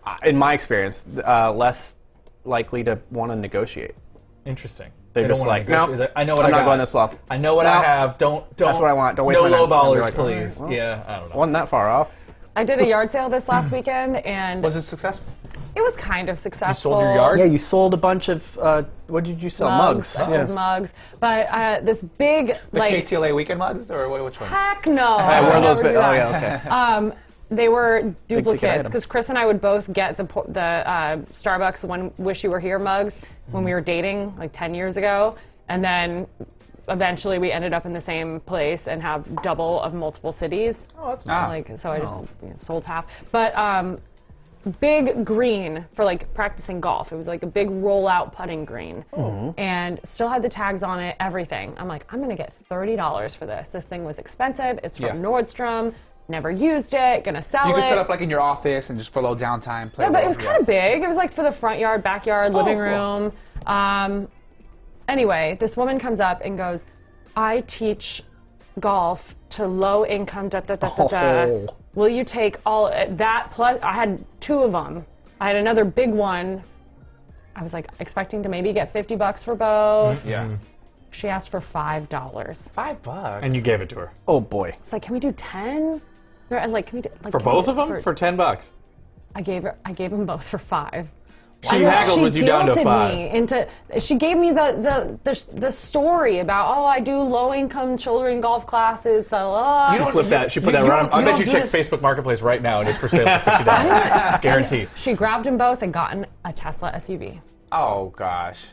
S4: uh, in my experience, uh, less likely to want to negotiate.
S1: Interesting.
S4: They're
S1: They
S4: just
S1: don't wanna
S4: like,
S1: negotiate.
S4: nope,
S1: They're like, I know what
S4: I'm
S1: I
S4: not
S1: got.
S4: going this low.
S1: I know what I
S4: Nope.
S1: have. Don't don't.
S4: what I want. Don't waste
S1: no
S4: my
S1: low
S4: night. I'll be
S1: ballers,
S4: like, all right,
S1: please.
S4: well.
S1: yeah, I don't know.
S4: Wasn't that far off?
S3: I did a yard sale this last weekend, and
S2: Was it successful?
S3: it was kind of successful.
S1: yard?
S4: Yeah, you sold a bunch of. Uh, what did you sell?
S3: mugs.
S4: Mugs.
S3: I sold mugs, but uh, this big
S2: The
S3: like
S2: KTLA weekend mugs or wh- which ones?
S3: heck no. I
S4: I
S3: would
S4: wore those.
S3: never
S4: Bit.
S3: do
S4: Oh
S3: that.
S4: yeah. Okay.
S3: Um, they were duplicates
S4: item.
S3: because Chris and I would both get the po- the uh, Starbucks "One Wish You Were Here" mugs when we were dating like ten years ago, and then eventually we ended up in the same place and have double of multiple cities.
S1: Oh, that's
S2: Ah.
S3: Like so, I just you know, sold half. But um, big green for like practicing golf. It was like a big rollout putting green,
S2: Mm-hmm.
S3: and still had the tags on it. Everything. I'm like, I'm gonna get thirty dollars for this. This thing was expensive. It's from
S2: Yeah.
S3: Nordstrom. Never used it. Gonna sell
S2: You
S3: it.
S2: could set up like in your office and just for low downtime. Play
S3: yeah, but it
S2: around,
S3: was kind of big. It was like for the front yard, backyard,
S1: Oh,
S3: living
S2: cool.
S3: room. Um, anyway, this woman comes up and goes, "I teach golf to low income." Da da da da da.
S4: Oh.
S3: Will you take all uh, that plus? I had two of them. I had another big one. I was like expecting to maybe get fifty bucks for both.
S1: Mm-hmm.
S2: Yeah.
S3: She asked for five dollars.
S2: Five bucks.
S1: And you gave it to her
S4: oh boy.
S3: It's like, can we do ten? And like, can we do like
S1: for
S3: can we
S1: both
S3: do-
S1: of them for, ten bucks.
S3: I gave her. I gave them both for five.
S1: She
S3: And then
S1: haggled with you down to
S3: guilted
S1: five.
S3: Me into, she gave me the, the, the, the story about, oh, I do low income children golf classes. So, uh,
S1: She
S2: don't-
S1: flipped
S2: you-
S1: that. She
S2: you-
S1: put that
S2: you
S1: around.
S2: don't-
S1: I
S2: you
S1: bet
S2: don't
S1: you
S2: do
S1: check
S2: this-
S1: Facebook Marketplace right now and it's for sale for fifty dollars, guarantee.
S3: she grabbed them both and gotten a Tesla SUV.
S2: oh gosh.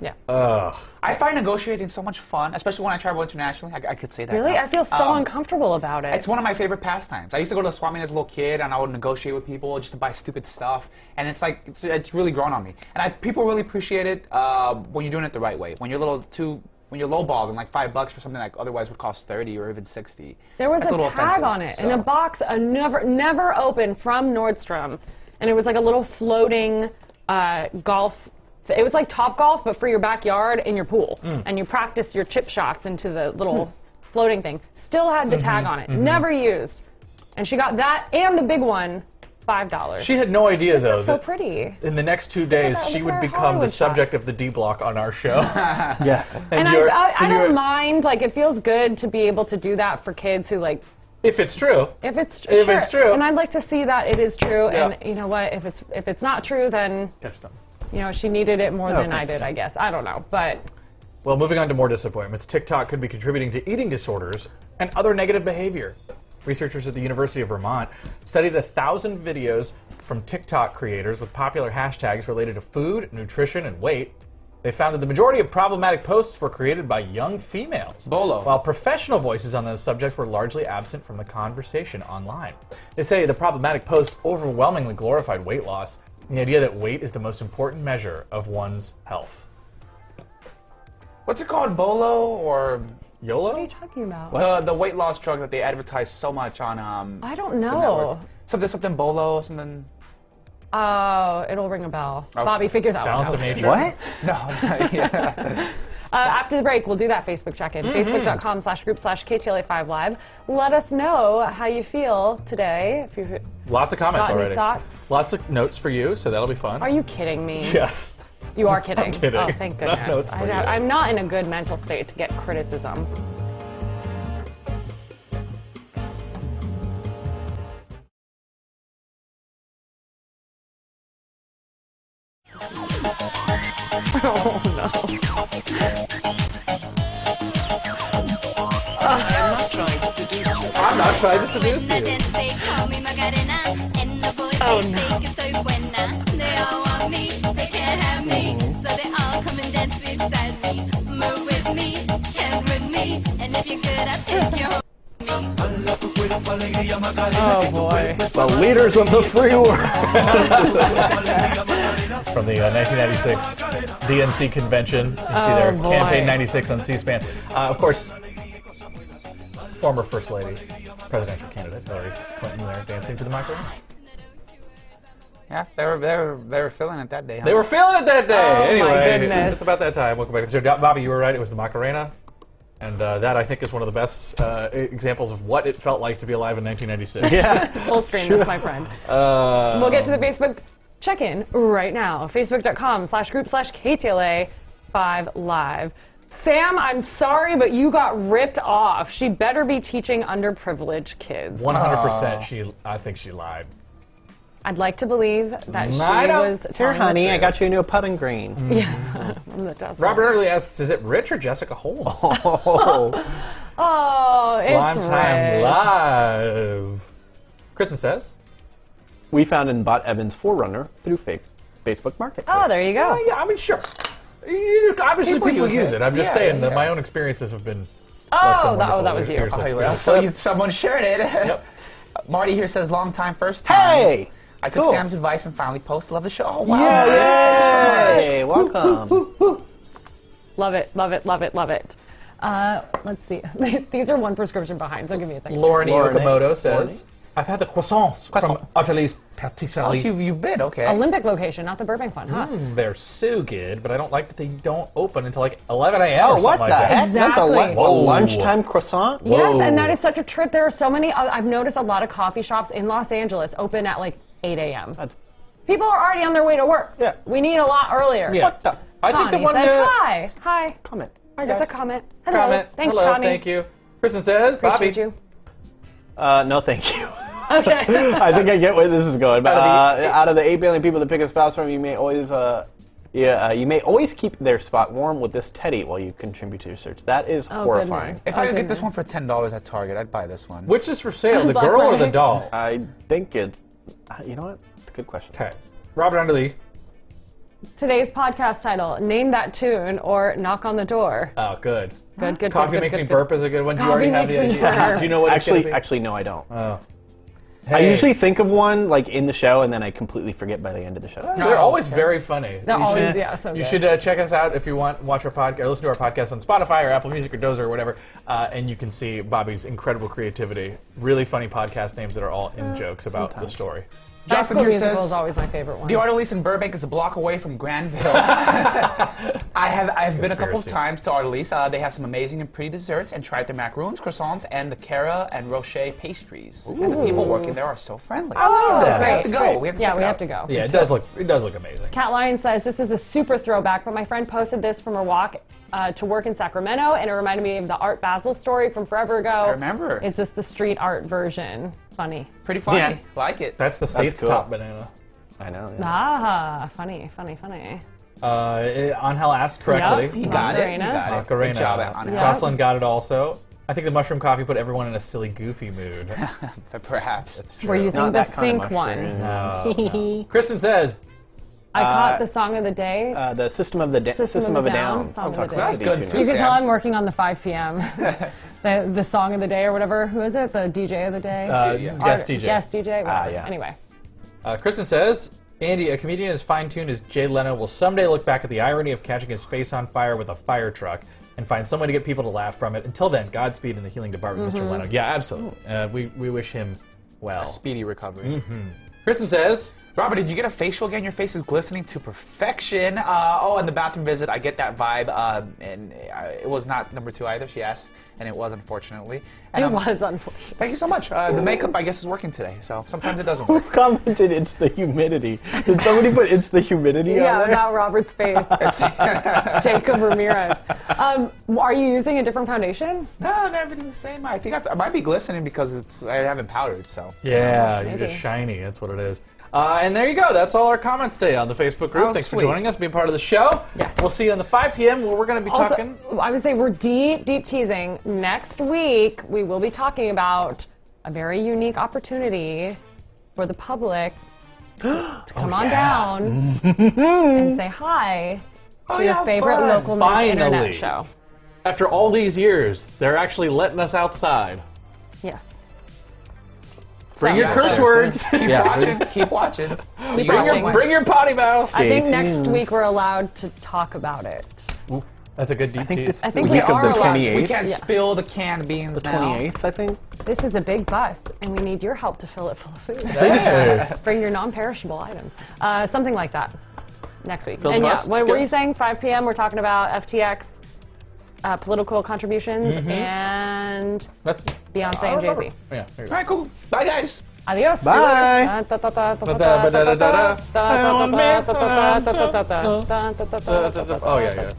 S3: Yeah.
S1: Ugh.
S2: I find negotiating so much fun, especially when I travel internationally. I, I could say that.
S3: really?
S2: now.
S3: I feel so
S2: Um,
S3: uncomfortable about it.
S2: It's one of my favorite pastimes. I used to go to the swap meet as a little kid, and I would negotiate with people just to buy stupid stuff. And it's like it's, it's really grown on me. And I, people really appreciate it uh, when you're doing it the right way. When you're a little too, when you're lowballed and like five bucks for something that otherwise would cost thirty or even sixty.
S3: There was
S2: That's
S3: a,
S2: little
S3: tag
S2: offensive,
S3: on it
S2: so.
S3: in a box, a never never open from Nordstrom, and it was like a little floating uh, golf. It was like Top Golf, but for your backyard in your pool, and you practice your chip shots into the little floating thing. Still had the tag on it, never used, and she got that and the big one, five dollars.
S1: She had no idea though.
S3: so
S1: that
S3: pretty.
S1: In the next two days,
S3: that-
S1: she
S3: look
S1: would
S3: at her
S1: become the
S3: Hollywood shot.
S1: subject of the D block on our show.
S4: Yeah.
S3: And,
S1: you're-
S3: I, I, I
S1: and you're-
S3: don't mind. Like it feels good to be able to do that for kids who like
S1: If it's true.
S3: If it's tr-
S1: If
S3: sure.
S1: it's true.
S3: and I'd like to see that it is true.
S1: Yeah.
S3: And you know what? If it's if it's not true, then
S1: Catch them.
S3: you know she needed it more than I
S4: thanks.
S3: did. I guess I don't know, but
S1: Well, moving on to more disappointments, TikTok could be contributing to eating disorders and other negative behavior. Researchers at the University of Vermont studied a thousand videos from TikTok creators with popular hashtags related to food, nutrition, and weight. They found that the majority of problematic posts were created by young females.
S2: Bolo.
S1: While professional voices on those subjects were largely absent from the conversation online. They say the problematic posts overwhelmingly glorified weight loss and the idea that weight is the most important measure of one's health.
S2: What's it called, Bolo or
S1: YOLO?
S3: What are you talking about?
S2: the the weight loss drug that they advertise so much on? Um,
S3: I don't
S2: the
S3: know.
S2: network? Something something Bolo something.
S3: Oh, it'll ring a bell. Bobby, figure that
S1: Balance
S3: one
S1: of
S3: out.
S1: nature.
S4: What?
S2: No, yeah.
S3: Uh, after the break, we'll do that Facebook check-in.
S1: Mm-hmm.
S3: Facebook.com slash group slash KTLA5 Live. Let us know how you feel today. If you
S1: Lots of comments
S3: Got any
S1: already.
S3: thoughts?
S1: Lots of notes for you, so that'll be fun.
S3: Are you kidding me?
S1: Yes.
S3: You are kidding.
S1: kidding.
S3: Oh, thank
S1: No, no,
S3: goodness.
S1: it's
S3: I
S1: pretty
S3: don't,
S1: good.
S3: I'm not in a good mental state to get criticism.
S2: I'm not trying to seduce
S5: Buena
S2: you.
S5: gente, call me Macarena. And the boys,
S3: Oh,
S5: they
S3: no.
S5: say que soy buena. They all want me, they can't have me. So they all come and dance beside me. Move with me, chant with me. And if you're good, I'll take you home.
S3: Oh, boy.
S4: The leaders of the free world.
S1: From the uh, 1996 DNC convention. You see
S3: Oh,
S1: their
S3: boy.
S1: campaign 96 on C-SPAN. Uh, of course, former First Lady, presidential candidate Hillary Clinton there dancing to the microphone.
S2: Yeah, they were they were they were feeling it that day. Huh?
S1: They were feeling it that day.
S3: Oh, my
S1: anyway,
S3: goodness.
S1: it's about that time. Welcome back to the show. Bobby, you were right. It was the Macarena. And uh, that, I think, is one of the best uh, examples of what it felt like to be alive in 1996.
S3: Full screen this, my friend.
S1: Uh,
S3: We'll get to the Facebook check-in right now. Facebook.com slash group slash KTLA 5 live. Sam, I'm sorry, but you got ripped off. She better be teaching underprivileged kids.
S1: 100%. She, I think she lied.
S3: I'd like to believe that she
S1: I don't
S3: was
S4: Here,
S3: telling
S4: honey,
S3: the
S4: I got you a new putting green.
S3: truth. That does
S1: Robert
S3: sound-
S1: Early asks, is it Rich or Jessica Holmes?
S4: Oh,
S3: Oh,
S1: Slime
S3: it's
S1: Time
S3: Rich.
S1: Live. Kristen says,
S4: we found and bought Evan's Forerunner through fake Facebook Marketplace.
S3: Oh, there you go.
S1: "Uh, yeah, I mean, sure. You- obviously, people,
S2: People
S1: use,
S2: use
S1: it.
S2: it.
S1: I'm just
S2: Yeah,
S1: saying
S2: yeah,
S1: that my
S2: yeah.
S1: own experiences have been. less than
S3: Oh, that, oh,
S1: wonderful.
S3: that was you.
S1: Here's the-
S2: Oh,
S1: here's
S2: yeah.
S1: the
S2: So
S1: clip.
S2: you- someone shared it.
S1: Yep.
S2: Marty here says long time, first time.
S4: Hey!
S2: I took
S4: Cool.
S2: Sam's advice and finally posted. Love the show. Oh, wow.
S4: Yeah,
S2: Thank you so much.
S4: Hey, welcome.
S3: Love it, love it, love it, love it. Uh, let's see. These are one prescription behind, so give me a second.
S1: Lauren
S4: Lauren
S1: Okamoto says, I've had the croissants from
S2: Croissant.
S1: Atelier's
S2: Oh,
S1: Patisserie.
S2: so you've, you've been, okay.
S3: Olympic location, not the Burbank one, huh?
S1: Mm, They're so good, but I don't like that they don't open until like 11 a.m. or
S4: Oh,
S1: something
S4: what
S1: like
S4: the
S1: that.
S4: heck? That's a,
S3: Exactly.
S4: lu- a
S1: Whoa.
S4: lunchtime croissant?
S3: Yes,
S1: Whoa.
S3: and that is such a trip. There are so many. I- I've noticed a lot of coffee shops in Los Angeles open at like 8 a.m.
S4: That's-
S3: People are already on their way to work.
S4: Yeah.
S3: We need a lot earlier.
S1: Yeah.
S4: What the-
S1: I
S3: Connie
S1: think the one
S3: says
S1: that-
S3: hi. Hi.
S4: Comment.
S3: There's a comment. Hello.
S1: comment.
S3: Thanks,
S1: Hello,
S3: Connie.
S1: thank you. Kristen says,
S3: Appreciate
S1: Bobby,
S3: you.
S4: Uh, no, thank you.
S3: Okay.
S4: I think I get where this is going. But
S1: Out of
S4: out of
S1: the-
S4: the, uh, out of the eight billion people that pick a spouse from, you may always, uh, yeah, uh, you may always keep their spot warm with this teddy while you contribute to your search. That is horrifying.
S3: Oh, goodness.
S2: If I could get this one for ten dollars at Target, I'd buy this one.
S1: which is for sale, the
S3: Black
S1: girl or the
S3: Friday.
S1: doll?
S4: I think it. uh, You know what? It's a good question.
S1: Okay. Robert Underly.
S3: Today's podcast title: Name that tune or knock on the door.
S1: Oh, good.
S3: Good, good,
S1: Coffee
S3: good,
S1: makes
S3: good,
S1: me
S3: good,
S1: burp is a good one. Do you already
S3: Coffee
S1: have the
S3: makes me
S1: idea?
S3: burp.
S1: Do you know what it's
S4: actually,
S1: gonna be?
S4: actually, no, I don't.
S2: Uh,
S1: Hey,
S4: I usually think of one like in the show, and then I completely forget by the end of the show.
S1: they're always very funny.
S3: They're
S1: You
S3: always-
S1: should-
S3: yeah, so
S1: you
S3: good.
S1: should uh, check us out if you want. Watch our podcast, or listen to our podcast on Spotify or Apple Music or Dozer or whatever, uh, and you can see Bobby's incredible creativity. Really funny podcast names that are all in jokes about the story.
S3: High
S2: Jocelyn here
S3: School Musical
S2: says-
S3: is always my favorite one. Oh,
S2: The art lease in Burbank is a block away from Granville. I have I've been a couple of
S1: Conspiracy.
S2: times to art lease. Uh, they have some amazing and pretty desserts, and tried their macaroons, croissants, and the Cara and Rocher pastries. And the people working there are so friendly. I
S1: love that.
S2: We have to
S3: Oh, Great.
S2: go. We have to
S3: yeah,
S2: check
S3: we
S2: it
S3: have
S2: out.
S3: to go.
S1: Yeah, it does look it does look amazing.
S3: Cat Lion says this is a super throwback, but my friend posted this from her walk uh, to work in Sacramento, and it reminded me of the Art Basel story from forever ago. I
S2: remember.
S3: Is this the street art version? Funny.
S2: Pretty funny.
S4: Yeah.
S2: Like it.
S1: That's the state's
S4: cool.
S1: top banana.
S4: I know. yeah.
S3: Ah, funny, funny, funny.
S1: Uh, eh, Angel asked correctly.
S3: Yep.
S2: You got it. You
S3: Macarena.
S2: got it.
S1: Macarena.
S2: Good job, Anna.
S3: Yeah.
S1: Jocelyn got it also. I think the mushroom coffee put everyone in a silly, goofy mood.
S2: Perhaps.
S1: It's true.
S3: We're using
S4: Not
S3: the
S4: that kind of
S3: Think one.
S4: mushroom.
S1: Kristen says
S3: I
S4: Uh,
S3: caught the song of the day.
S4: Uh, the System of the Da-
S3: System of a Down, Song
S4: on
S3: of a Down.
S4: Toxicity
S2: That's good,
S4: Tuner.
S3: you can tell
S2: Sam.
S3: I'm working on the 5 p.m. the, the song of the day or whatever. Who is it? The DJ of the day?
S1: Uh,
S2: Yeah.
S1: Guest DJ.
S3: Yes, DJ. Whatever.
S4: yeah.
S3: Anyway,
S1: Uh, Kristen says, Andy, a comedian as fine tuned as Jay Leno will someday look back at the irony of catching his face on fire with a fire truck and find some way to get people to laugh from it. Until then, Godspeed in the healing department, Mr. Leno. Yeah, absolutely. Uh, we, we wish him well.
S2: Speedy recovery.
S1: Mm-hmm. Kristen says,
S2: Robert, did you get a facial again? Your face is glistening to perfection. Uh, oh, and the bathroom visit, I get that vibe. Um, and uh, it was not number two either, she asked, and it was, unfortunately. And,
S3: it
S2: um,
S3: was unfortunate.
S2: Thank you so much. Uh, the makeup, I guess, is working today, so sometimes it doesn't work.
S4: Commented, it's the humidity. Did somebody put it's the humidity on
S3: Yeah,
S4: there?
S3: about Robert's face. Jacob Ramirez. Um, are you using a different foundation?
S2: no, no, everything's the same. I think I've, I might be glistening because it's I haven't powdered, so.
S1: Yeah, you're
S3: maybe.
S1: just shiny. That's what it is. Uh, and there you go. That's all our comments today on the Facebook group.
S2: Oh,
S1: Thanks
S2: sweet.
S1: for joining us, being part of the show.
S3: Yes.
S1: We'll see you on the 5 p.m. where we're going to be talking.
S3: Also, I would say we're deep, deep teasing. Next week, we will be talking about a very unique opportunity for the public to, to come
S1: Oh,
S3: on down and say hi to
S1: Oh,
S3: your
S1: yeah,
S3: favorite
S1: fun.
S3: local news
S1: Finally.
S3: internet show.
S1: After all these years, they're actually letting us outside.
S3: Yes.
S1: Bring
S3: So-
S1: your curse words.
S2: Keep
S4: Yeah.
S2: watching. Keep watching.
S3: Keep
S1: bring,
S3: watching.
S1: your, Mm. bring your potty mouth.
S3: I think
S4: Stay
S3: next
S4: tuned.
S3: week we're allowed to talk about it.
S1: That's a good deep
S4: I think
S1: tease.
S4: this is
S3: I think
S4: the
S3: we
S4: week of
S3: are
S4: the
S3: allowed-
S2: We
S4: 28th.
S2: can't
S3: Yeah.
S2: spill the canned beans now.
S4: 28th, I think.
S3: This is a big bus, and we need your help to fill it full of food. Bring your non-perishable items, uh, something like that, next week.
S1: Fill the
S3: and
S1: bus?
S3: yeah, what were you
S1: Yes.
S3: saying? 5 p.m. We're talking about FTX, uh, political contributions, and
S1: That's
S3: Beyonce
S1: I
S3: and Jay
S1: remember.
S3: Z.
S1: Yeah, there you
S2: All
S1: go.
S2: right, cool. Bye, guys.
S3: Adios.
S4: Bye.
S1: Ba-da-ba-da-da-da. I want me-
S3: Oh
S1: Oh, yeah, yeah.